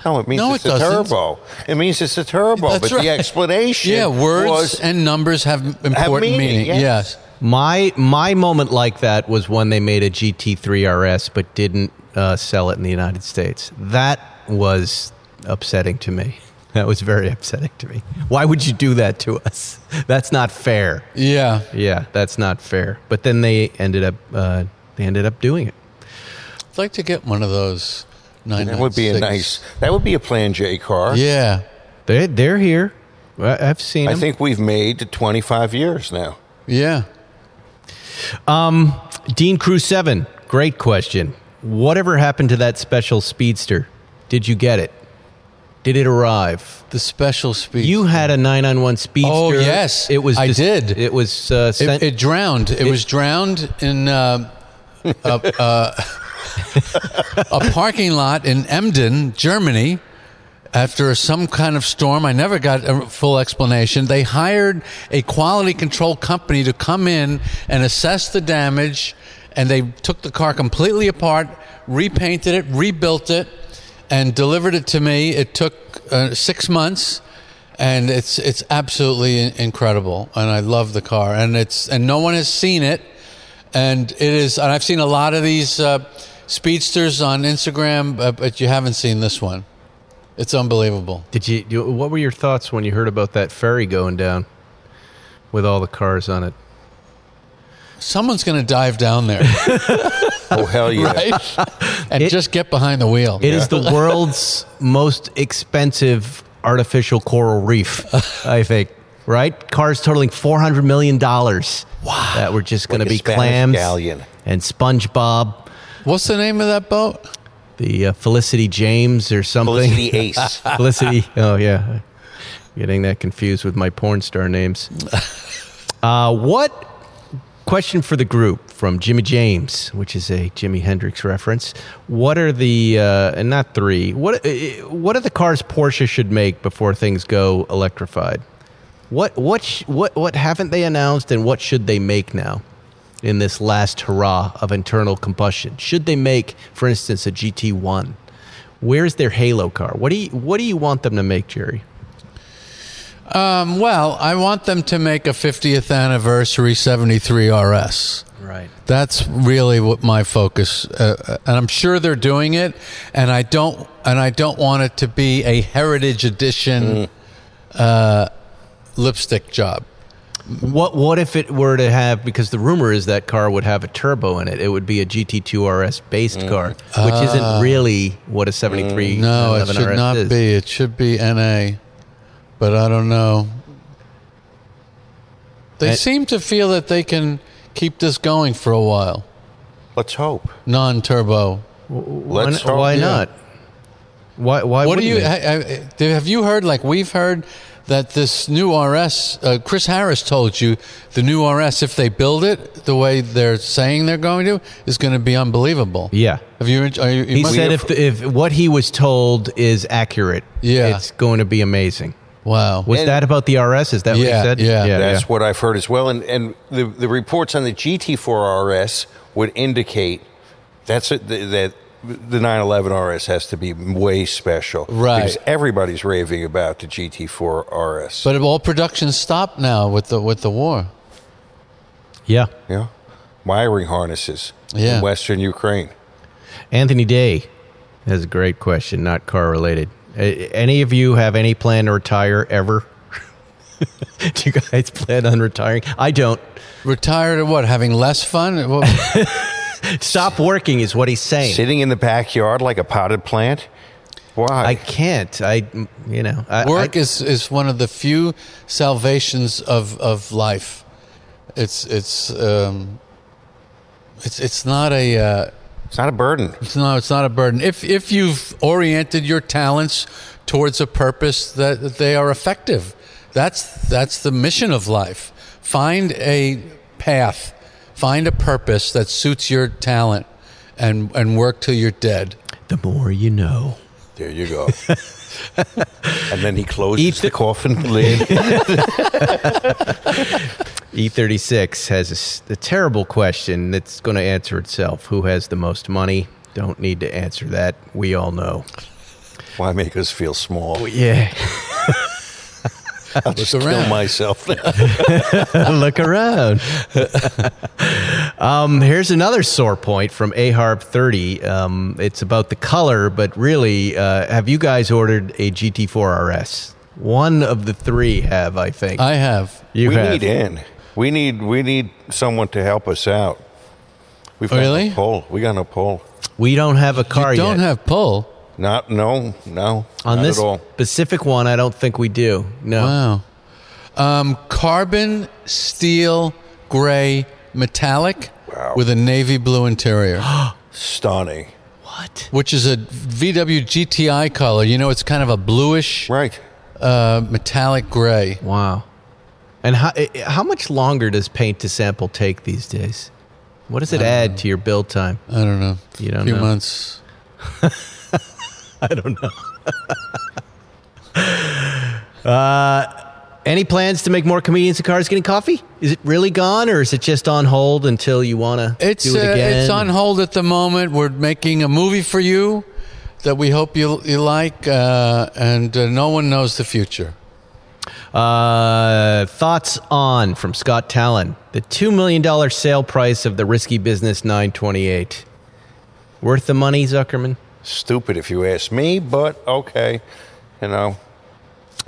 Speaker 5: No, it means
Speaker 4: No,
Speaker 5: it's
Speaker 4: it
Speaker 5: a
Speaker 4: doesn't.
Speaker 5: turbo. It means it's a turbo.
Speaker 4: That's
Speaker 5: but
Speaker 4: right.
Speaker 5: the explanation,
Speaker 4: yeah, words
Speaker 5: was,
Speaker 4: and numbers have important
Speaker 5: meaning, yes.
Speaker 4: Yes.
Speaker 3: My my moment like that was when they made a GT3 RS but didn't uh, sell it in the United States. That was upsetting to me. That was very upsetting to me. Why would you do that to us? That's not fair.
Speaker 4: Yeah.
Speaker 3: Yeah, that's not fair. But then they ended up uh, they ended up doing it.
Speaker 4: I'd like to get one of those. Nine
Speaker 5: That would be a nice. That would be a Plan J car.
Speaker 4: Yeah.
Speaker 3: They they're here. I- I've seen
Speaker 5: I
Speaker 3: them.
Speaker 5: think we've made 25 years now.
Speaker 4: Yeah.
Speaker 3: Dean Crew Seven. Great question. Whatever happened to that special speedster? Did you get it? Did it arrive?
Speaker 4: The special speed.
Speaker 3: You had a nine-on-one speedster.
Speaker 4: Oh, yes.
Speaker 3: it was.
Speaker 4: I
Speaker 3: just-
Speaker 4: did.
Speaker 3: It was uh,
Speaker 4: It,
Speaker 3: sent.
Speaker 4: it drowned. It, was drowned in uh, a, uh, a parking lot in Emden, Germany, after some kind of storm. I never got a full explanation. They hired a quality control company to come in and assess the damage, and they took the car completely apart, repainted it, rebuilt it, and delivered it to me. It took uh, six months and it's it's absolutely in- incredible and i love the car and it's and no one has seen it and it is and i've seen a lot of these uh, speedsters on instagram but, but you haven't seen this one it's unbelievable
Speaker 3: did you, you? What were your thoughts when you heard about that ferry going down with all the cars on it?
Speaker 4: someone's going to dive down there
Speaker 5: Oh hell yeah!
Speaker 4: right and
Speaker 3: It-
Speaker 4: just get behind the wheel
Speaker 3: It is the world's most expensive artificial coral reef, I think. Right? Cars totaling four hundred million dollars. Wow. That were just going
Speaker 5: Like
Speaker 3: to
Speaker 5: a
Speaker 3: be
Speaker 5: Spanish
Speaker 3: clams
Speaker 5: galleon.
Speaker 3: and SpongeBob,
Speaker 4: what's the name of that boat
Speaker 3: the uh, Felicity James or something.
Speaker 5: Felicity Ace.
Speaker 3: Felicity. Oh yeah, getting that confused with my porn star names. Uh, what question for the group from Jimmy James, which is a Jimi Hendrix reference? What are the uh, and not three? What uh, what are the cars Porsche should make before things go electrified? What what sh- what what haven't they announced, and what should they make now? In this last hurrah of internal combustion, should they make, for instance, a GT1? Where's their Halo car? What do you What do you want them to make, Jerry?
Speaker 4: um, well i want them to make a 50th anniversary 73 rs
Speaker 3: Right.
Speaker 4: That's really what my focus, uh, and I'm sure they're doing it. And I don't, and I don't want it to be a heritage edition
Speaker 3: Mm.
Speaker 4: uh, lipstick job.
Speaker 3: What What if it were to have? Because the rumor is that car would have a turbo in it. It would be a GT2 RS based
Speaker 5: Mm.
Speaker 3: car, which isn't really what a 73
Speaker 4: Ah. Mm. No, it
Speaker 3: 911
Speaker 4: should
Speaker 3: RS
Speaker 4: not
Speaker 3: is.
Speaker 4: be. It should be NA, but I don't know. They
Speaker 3: And-
Speaker 4: seem to feel that they can keep this going for a while,
Speaker 5: Let's hope.
Speaker 4: non-turbo.
Speaker 3: Why,
Speaker 5: Let's
Speaker 3: n-
Speaker 5: hope.
Speaker 3: why
Speaker 5: Yeah.
Speaker 3: not? Why Why
Speaker 4: What do
Speaker 3: wouldn't
Speaker 4: you
Speaker 3: they?
Speaker 4: I, I, do- have you heard? Like we've heard that this new RS, uh, Chris Harris told you the new RS, if they build it the way they're saying they're going to, is going to be unbelievable.
Speaker 3: Yeah.
Speaker 4: Have you? Are you, you
Speaker 3: He
Speaker 4: must-
Speaker 3: said if if what he was told is accurate,
Speaker 4: Yeah.
Speaker 3: it's going to be amazing.
Speaker 4: "Wow."
Speaker 3: Was
Speaker 5: And-
Speaker 3: that about the RS? Is that what he
Speaker 4: Yeah,
Speaker 3: said?
Speaker 4: yeah.
Speaker 5: That's what I've heard as well. And, and the, the reports on the GT4 RS would indicate that's it th that the 911 RS has to be way special.
Speaker 4: Right.
Speaker 5: Because everybody's raving about the GT4 RS.
Speaker 4: but all production stopped now with the with the war.
Speaker 3: yeah.
Speaker 5: yeah. Wiring harnesses
Speaker 4: Yeah.
Speaker 5: in Western Ukraine.
Speaker 3: Anthony Day has a great question, not car related. A- Any of you have any plan to retire ever? Do you guys plan on retiring? I don't.
Speaker 4: Retired or what? Having less fun? What-
Speaker 3: Stop working is what he's saying.
Speaker 5: Sitting in the backyard like a potted plant. Why?
Speaker 3: I can't. I, you know, I,
Speaker 4: Work
Speaker 3: I-
Speaker 4: is, is one of the few salvations of, of life. It's it's um, it's it's not a. Uh,
Speaker 5: it's not a burden.
Speaker 4: No, it's not a burden. If if you've oriented your talents towards a purpose that, that they are effective, that's that's the mission of life. Find a path, find a purpose that suits your talent, and and work till you're dead.
Speaker 3: the more you know.
Speaker 5: There you go. and then he closes
Speaker 3: Eat
Speaker 5: the, coffin lid.
Speaker 3: E36 E has a s- a, terrible question that's going to answer itself. Who has the most money? Don't need to answer that. We all know.
Speaker 5: Why make us feel small?
Speaker 3: Yeah.
Speaker 4: Look
Speaker 5: Kill
Speaker 4: around.
Speaker 5: myself.
Speaker 3: Look around. Um, here's another sore point from Aharb 30. Um, it's about the color, but really, uh, have you guys ordered a GT4 RS? One of the three have, I think.
Speaker 4: I have.
Speaker 3: you
Speaker 5: we
Speaker 3: have.
Speaker 5: need in. We need we need someone to help us out.
Speaker 3: Oh,
Speaker 5: We've
Speaker 4: Really?
Speaker 5: got no pull. We got no pull.
Speaker 3: We don't have a car
Speaker 4: you
Speaker 3: yet.
Speaker 4: don't have pull.
Speaker 5: Not no no.
Speaker 3: On
Speaker 5: not
Speaker 3: this
Speaker 5: at all.
Speaker 3: specific one, I don't think we do. No.
Speaker 4: Wow. Um, carbon steel gray metallic
Speaker 5: Wow.
Speaker 4: with a navy blue interior,
Speaker 5: Stunning.
Speaker 3: What?
Speaker 4: which is a VW GTI color. You know, it's kind of a bluish
Speaker 5: Right.
Speaker 4: uh, metallic gray.
Speaker 3: Wow. And how i- i- how much longer does paint to sample take these days? What does it add to your build time?
Speaker 4: I don't know.
Speaker 3: You don't
Speaker 4: few
Speaker 3: know.
Speaker 4: months.
Speaker 3: Any plans to make more comedians and cars getting coffee? Is it really gone, or is it just on hold until you want to
Speaker 4: It's
Speaker 3: do it
Speaker 4: uh,
Speaker 3: again?
Speaker 4: it's on hold at the moment. We're making a movie for you that we hope you you like, uh, and uh, no one knows the future.
Speaker 3: Uh, thoughts on from Scott Tallon the two million dollar sale price of the risky business nine twenty eight. Worth the money, Zuckerman?
Speaker 5: Stupid if you ask me, but okay. You know.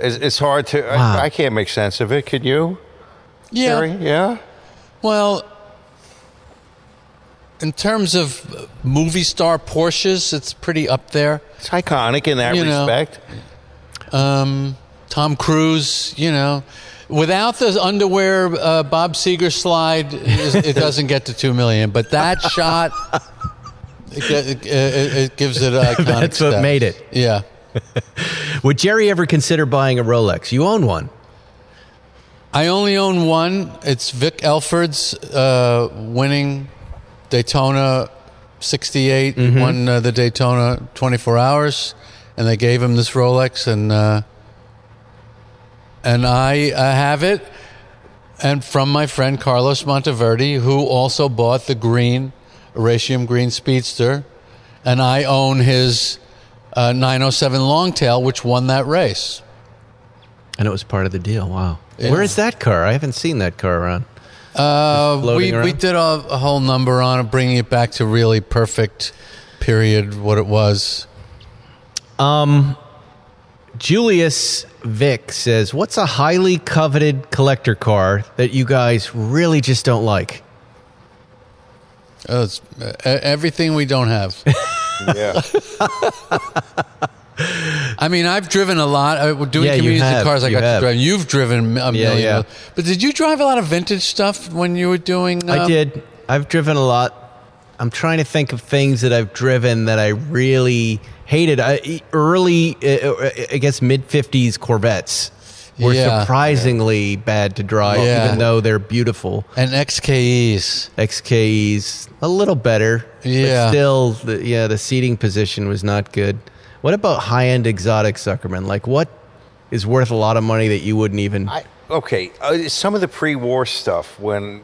Speaker 5: It's, it's hard to
Speaker 3: Wow.
Speaker 5: I, I can't make sense of it. Could you?
Speaker 4: Yeah.
Speaker 5: Gary? Yeah?
Speaker 4: Well, in terms of movie star Porsches, it's pretty up there.
Speaker 5: It's iconic in that
Speaker 4: You know.
Speaker 5: respect.
Speaker 4: Um, Tom Cruise, you know, without the underwear uh, Bob Seger slide, it it doesn't get to two million. But that shot, it, ge- it, it, it gives it iconic.
Speaker 3: That's what
Speaker 4: status.
Speaker 3: made it.
Speaker 4: Yeah.
Speaker 3: Would Jerry ever consider buying a Rolex? You own one.
Speaker 4: I only own one. It's Vic Elford's uh, winning Daytona 68. He won uh, the Daytona 24 Hours, and they gave him this Rolex, and uh, and I uh, have it, and from my friend Carlos Monteverdi, who also bought the green Eratium Green Speedster, and I own his uh, 907 Longtail, which won that race.
Speaker 3: And it was part of the deal. Wow. Where is that car? I haven't seen that car around.
Speaker 4: Uh,
Speaker 3: floating
Speaker 4: we, we
Speaker 3: around?
Speaker 4: did a, a whole number on it, bringing it back to really perfect period, what it was.
Speaker 3: Julius Vick says, What's a highly coveted collector car that you guys really just don't like?
Speaker 4: Uh, it's, uh, everything we don't have.
Speaker 5: Yeah.
Speaker 4: I mean, I've driven a lot. I, we're doing
Speaker 3: Yeah, you
Speaker 4: communities
Speaker 3: have,
Speaker 4: and cars. I
Speaker 3: you
Speaker 4: got
Speaker 3: have.
Speaker 4: to drive. You've driven a million.
Speaker 3: yeah.
Speaker 4: of- But did you drive a lot of vintage stuff when you were doing?
Speaker 3: I
Speaker 4: um,
Speaker 3: did. I've driven a lot. I'm trying to think of things that I've driven that I really hated. I, e, early, uh, I guess mid 50s Corvettes were
Speaker 4: Yeah.
Speaker 3: surprisingly bad to drive,
Speaker 4: Yeah.
Speaker 3: even though they're beautiful.
Speaker 4: And XKEs.
Speaker 3: XKEs a little better.
Speaker 4: Yeah.
Speaker 3: But still, the, yeah, the seating position was not good. What about high end exotic Zuckerman? Like, what is worth a lot of money that you wouldn't even.
Speaker 5: I, okay, uh, some of the pre-war stuff when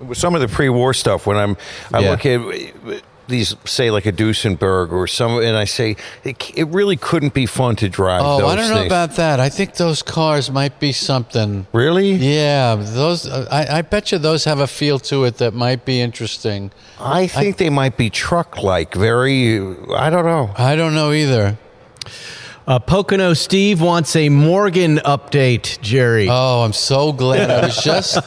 Speaker 5: with some of the pre-war stuff when I'm I
Speaker 3: Yeah.
Speaker 5: look at uh, these say like a Duesenberg or some and I say it, c- it really couldn't be fun to drive.
Speaker 4: Oh,
Speaker 5: those
Speaker 4: I don't know
Speaker 5: things.
Speaker 4: about that. I think those cars might be something.
Speaker 5: really.
Speaker 4: Yeah, those. uh, I, I bet you those have a feel to it that might be interesting.
Speaker 5: I think they might be truck-like, very. I don't know.
Speaker 4: I don't know either.
Speaker 3: Uh, Pocono Steve wants a Morgan update, Jerry.
Speaker 4: Oh, I'm so glad. I was just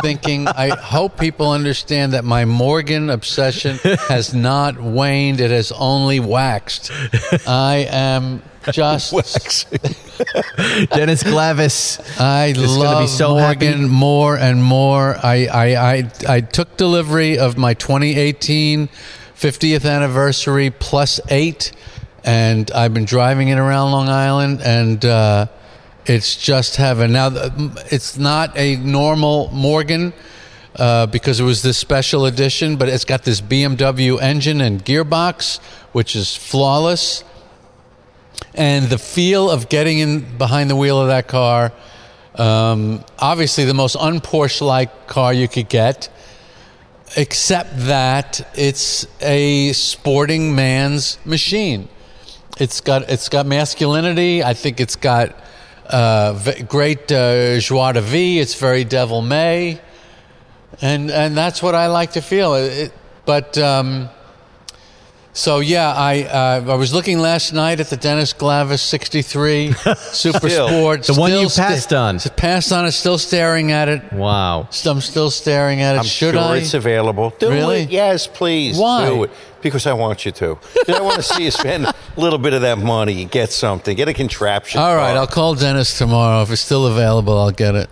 Speaker 4: thinking, I hope people understand that my Morgan obsession has not waned, it has only waxed. I am just.
Speaker 3: Dennis Glavis.
Speaker 4: I
Speaker 3: gonna be
Speaker 4: love
Speaker 3: so
Speaker 4: Morgan
Speaker 3: happy.
Speaker 4: more and more. I, I, I, I took delivery of my 2018 50th anniversary plus eight, and I've been driving it around Long Island, and uh, it's just heaven. Now, th- m- it's not a normal Morgan. Uh, because it was this special edition, but it's got this BMW engine and gearbox, which is flawless and the feel of getting in behind the wheel of that car um, obviously the most un-porsche like car you could get except that it's a sporting man's machine it's got it's got masculinity i think it's got uh, v- great uh, joie de vie it's very devil may and and that's what I like to feel. It, it- but um, so yeah, I uh, I was looking last night at the Dennis Glavis '63 Super
Speaker 5: Still.
Speaker 4: Sport,
Speaker 3: The one you
Speaker 4: still
Speaker 3: passed on.
Speaker 4: Passed on it. Still staring at it.
Speaker 3: Wow.
Speaker 4: I'm still staring at it.
Speaker 5: I'm
Speaker 4: Should
Speaker 5: sure
Speaker 4: I?
Speaker 5: it's available. Do
Speaker 4: Really?
Speaker 5: it. Yes, please.
Speaker 4: Why?
Speaker 5: Do it. Because I want you to. I want to see you spend a little bit of that money and get something. Get a contraption.
Speaker 4: All right,
Speaker 5: car.
Speaker 4: I'll call Dennis tomorrow. If it's still available, I'll get it.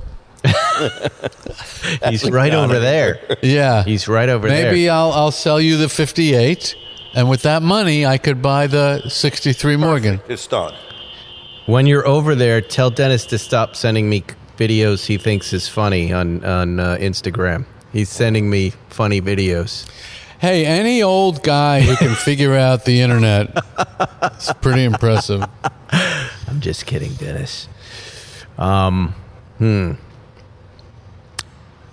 Speaker 3: He's right over there.
Speaker 4: Yeah,
Speaker 3: He's right over there.
Speaker 4: Maybe uh, I'll I'll sell you the '58, and with that money, I could buy the '63 Morgan.
Speaker 5: It's done.
Speaker 3: When you're over there, tell Dennis to stop sending me videos he thinks is funny on on uh, Instagram. He's sending me funny videos.
Speaker 4: Hey, any old guy who can figure out the internet, it's pretty impressive.
Speaker 3: I'm just kidding, Dennis. Um, hmm.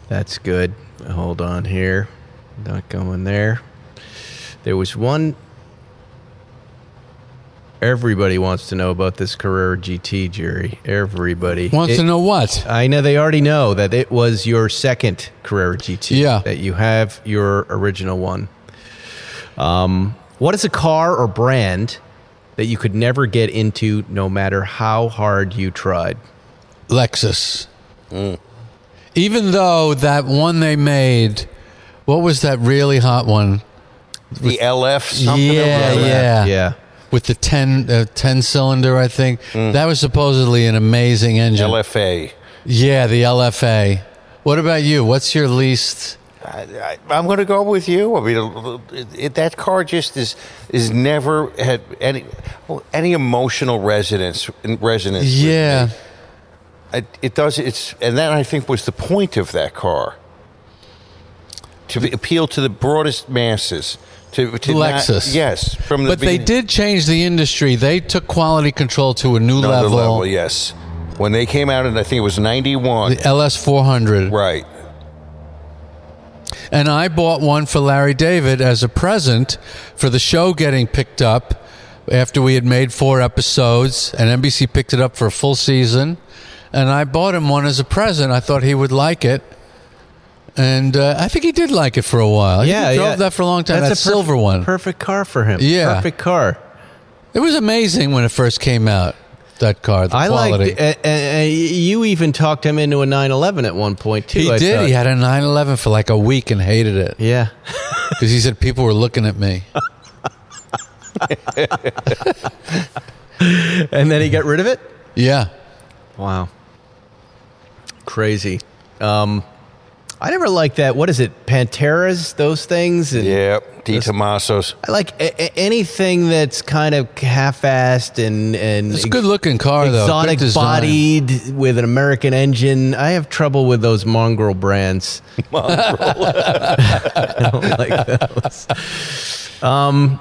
Speaker 3: That's good. Hold on here. Not going there. There was one. Everybody wants to know about this Carrera GT, Jerry. Everybody
Speaker 4: Wants
Speaker 3: It-
Speaker 4: to know what?
Speaker 3: I know they already know that it was your second Carrera GT.
Speaker 4: Yeah.
Speaker 3: That you have your original one. Um, what is a car or brand that you could never get into no matter how hard you tried?
Speaker 4: Lexus.
Speaker 3: Mm.
Speaker 4: Even though that one they made, what was that really hot one
Speaker 5: The LF something.
Speaker 4: Yeah,
Speaker 5: or other.
Speaker 4: yeah.
Speaker 3: Yeah.
Speaker 4: with the 10, uh, 10 cylinder, I think?
Speaker 5: Mm.
Speaker 4: That was supposedly an amazing engine.
Speaker 5: LFA.
Speaker 4: yeah, the LFA. What about you? What's your least.
Speaker 5: I, I, I'm going to go with you. I mean, it, it, that car just is is never had any well, any emotional resonance resonance. with
Speaker 4: Yeah.
Speaker 5: me. it, it does. It's and that I think was the point of that car to be, appeal to the broadest masses. To, to not-
Speaker 4: Lexus.
Speaker 5: yes, from the
Speaker 4: But they
Speaker 5: beginning.
Speaker 4: did change the industry. They took quality control to a new
Speaker 5: Another
Speaker 4: level.
Speaker 5: level. Yes, when they came out, and I think it was '91.
Speaker 4: The LS400.
Speaker 5: Right.
Speaker 4: And I bought one for Larry David as a present for the show getting picked up after we had made four episodes, and NBC picked it up for a full season. And I bought him one as a present. I thought he would like it. And uh, I think he did like it for a while. I think
Speaker 3: Yeah.
Speaker 4: he drove
Speaker 3: yeah.
Speaker 4: that for a long time. That's that
Speaker 3: perf-
Speaker 4: silver one.
Speaker 3: Perfect car for him.
Speaker 4: Yeah.
Speaker 3: Perfect car.
Speaker 4: it was amazing when it first came out. That car, the
Speaker 3: I
Speaker 4: quality.
Speaker 3: liked uh, uh, uh, you even talked him into a 911 at one point, too.
Speaker 4: he
Speaker 3: I
Speaker 4: did.
Speaker 3: thought.
Speaker 4: He had a 911 for like a week and hated it.
Speaker 3: Yeah.
Speaker 4: Because he said people were looking at me.
Speaker 3: and then he got rid of it?
Speaker 4: Yeah.
Speaker 3: Wow. Crazy. Um, I never liked that. What is it? Panteras, those things? And
Speaker 5: Yeah. Di Tomasos.
Speaker 3: I like a- a- anything that's kind of half-assed and, and
Speaker 4: It's a good looking car, though. Good
Speaker 3: exotic
Speaker 4: design.
Speaker 3: bodied with an American engine. I have trouble with those mongrel brands. Mongrel. I don't like those. Um,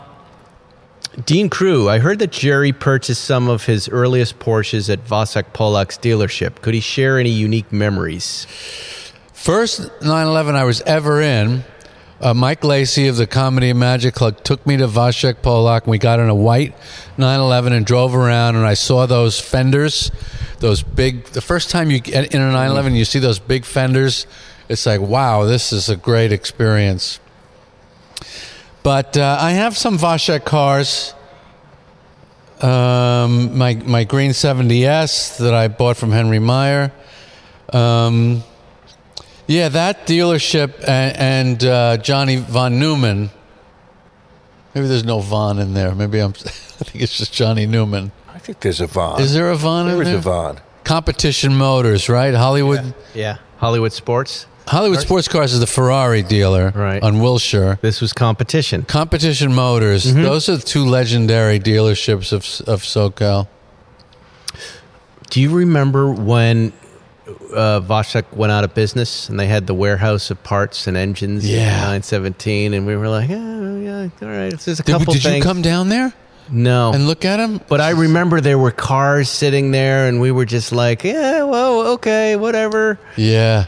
Speaker 3: Dean Crew, I heard that Jerry purchased some of his earliest Porsches at Vasek Polak's dealership. Could he share any unique memories?
Speaker 4: First 9/11 I was ever in, uh, Mike Lacey of the Comedy and Magic Club took me to Vasek Polak, and we got in a white 911 and drove around, and I saw those fenders, those big. The first time you get in a 911, you see those big fenders. It's like, wow, this is a great experience. But uh, I have some Vasek cars. Um, my my green 70s that I bought from Henry Meyer. Um, yeah, that dealership and, and uh, Johnny Von Newman. Maybe there's no Von in there. Maybe I'm. I think it's just Johnny Newman.
Speaker 5: I think there's a Von.
Speaker 4: Is there a Von
Speaker 5: There
Speaker 4: in
Speaker 5: is
Speaker 4: there?
Speaker 5: a Von.
Speaker 4: Competition Motors, right? Hollywood.
Speaker 3: Yeah. Hollywood Sports.
Speaker 4: Hollywood Sports Cars is the Ferrari dealer
Speaker 3: Right.
Speaker 4: on Wilshire.
Speaker 3: This was competition.
Speaker 4: Competition Motors.
Speaker 3: Mm-hmm.
Speaker 4: Those are the two legendary dealerships of of SoCal.
Speaker 3: Do you remember when uh, Vasek went out of business and they had the warehouse of parts and engines? in
Speaker 4: Yeah.
Speaker 3: 917, and we were like, oh, yeah, all right, it's just a
Speaker 4: Did,
Speaker 3: couple
Speaker 4: did you
Speaker 3: things.
Speaker 4: come down there
Speaker 3: No.
Speaker 4: and look at them?
Speaker 3: but I remember there were cars sitting there, and we were just like, yeah, well, okay, whatever.
Speaker 4: Yeah,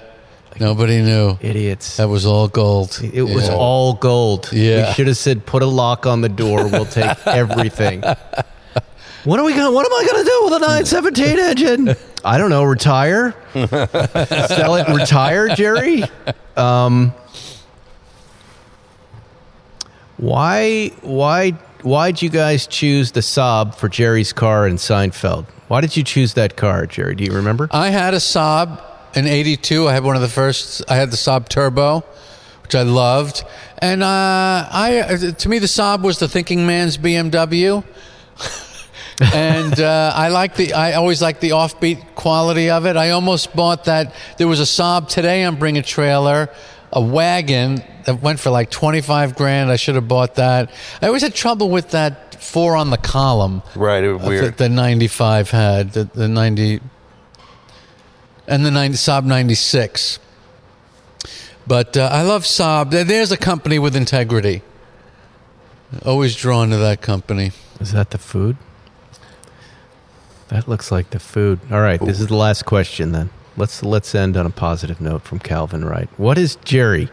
Speaker 4: nobody knew.
Speaker 3: Idiots.
Speaker 4: That was all gold.
Speaker 3: It was
Speaker 4: Yeah.
Speaker 3: all gold.
Speaker 4: Yeah.
Speaker 3: We should have said, put a lock on the door. We'll take everything. What are we going? What am I going to do with a 917 engine? I don't know, retire, sell it, and retire, Jerry. Um, why, why, why'd you guys choose the Saab for Jerry's car in Seinfeld? Why did you choose that car, Jerry? Do you remember?
Speaker 4: I had a Saab in '82. I had one of the first. I had the Saab Turbo, which I loved, and uh, I to me the Saab was the thinking man's BMW. and uh, I like the. I always like the offbeat quality of it. I almost bought that. There was a Saab today on Bring a Trailer, a wagon that went for like twenty five grand. I should have bought that. I always had trouble with that four on the column
Speaker 5: Right, it was weird.
Speaker 4: that the 95 had the, the 90 and the 90 Saab 96 but uh, I love Saab There- there's a company with integrity always drawn to that company
Speaker 3: Is that the food? That looks like the food. All right, this is the last question then. Let's let's end on a positive note from Calvin Wright. What is Jerry?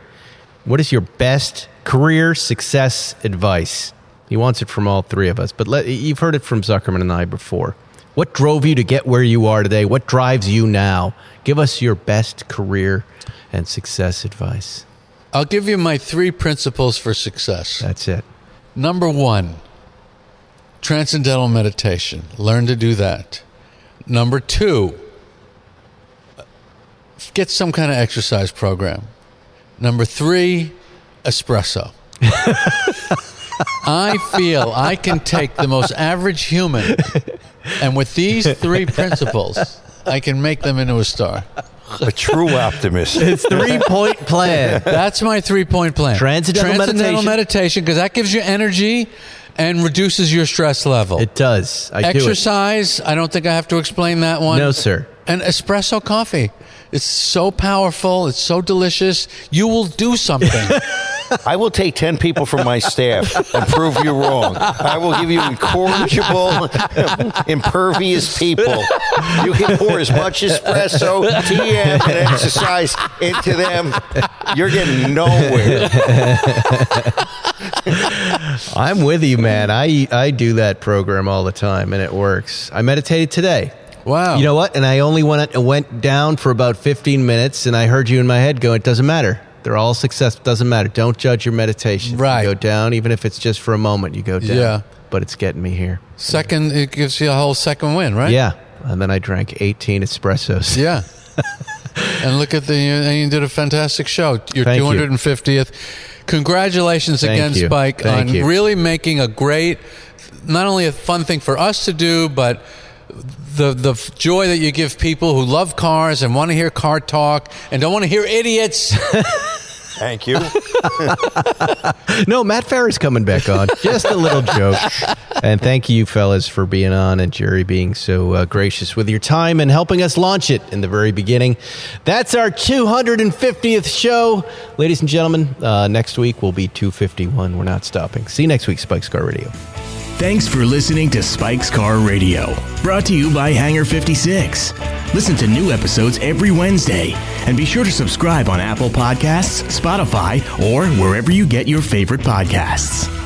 Speaker 3: What is your best career success advice? He wants it from all three of us, but let, you've heard it from Zuckerman and I before. What drove you to get where you are today? What drives you now? Give us your best career and success advice.
Speaker 4: I'll give you my three principles for success
Speaker 3: That's it.
Speaker 4: number 1 transcendental meditation learn to do that number 2 get some kind of exercise program number 3 espresso I feel I can take the most average human, and with these three principles, I can make them into a star.
Speaker 5: a true optimist.
Speaker 3: It's three point plan.
Speaker 4: That's my three point plan.
Speaker 3: Transcendental meditation.
Speaker 4: meditation, because that gives you energy and reduces your stress level.
Speaker 3: It does. I
Speaker 4: Exercise, I don't think I have to explain that
Speaker 3: do
Speaker 4: one.
Speaker 3: it. No, sir.
Speaker 4: And espresso coffee. It's so powerful, it's so delicious. You will do something.
Speaker 5: I will take 10 people from my staff and prove you wrong. I will give you incorrigible, impervious people. You can pour as much espresso, TM, and exercise into them. You're getting nowhere.
Speaker 3: I'm with you, man. I I do that program all the time, and it works. I meditated today.
Speaker 4: Wow.
Speaker 3: You know what? And I only went went down for about 15 minutes, and I heard you in my head go, "It doesn't matter. They're all successful. Doesn't matter. Don't judge your meditation.
Speaker 4: Right.
Speaker 3: You go down, even if it's just for a moment. You go down.
Speaker 4: Yeah.
Speaker 3: But it's getting me here.
Speaker 4: second, it gives you a whole second win, right?
Speaker 3: Yeah. And then I drank 18 espressos.
Speaker 4: Yeah. and look at the and you did a fantastic show. Your
Speaker 3: Thank you.
Speaker 4: 250th. Congratulations
Speaker 3: Thank
Speaker 4: again,
Speaker 3: you.
Speaker 4: Spike,
Speaker 3: Thank
Speaker 4: on
Speaker 3: you.
Speaker 4: really making a great, not only a fun thing for us to do, but the the f- joy that you give people who love cars and want to hear car talk and don't want to hear idiots.
Speaker 5: Thank you.
Speaker 3: No, Matt Farah's coming back on. Just a little joke. And thank you, fellas, for being on and Jerry being so uh, gracious with your time and helping us launch it in the very beginning. That's our 250th show. Ladies and gentlemen, uh, next week will be 251. We're not stopping. See you next week, Spike's Car Radio.
Speaker 1: Thanks for listening to Spike's Car Radio, brought to you by Hangar 56. Listen to new episodes every Wednesday, and be sure to subscribe on Apple Podcasts, Spotify, or wherever you get your favorite podcasts.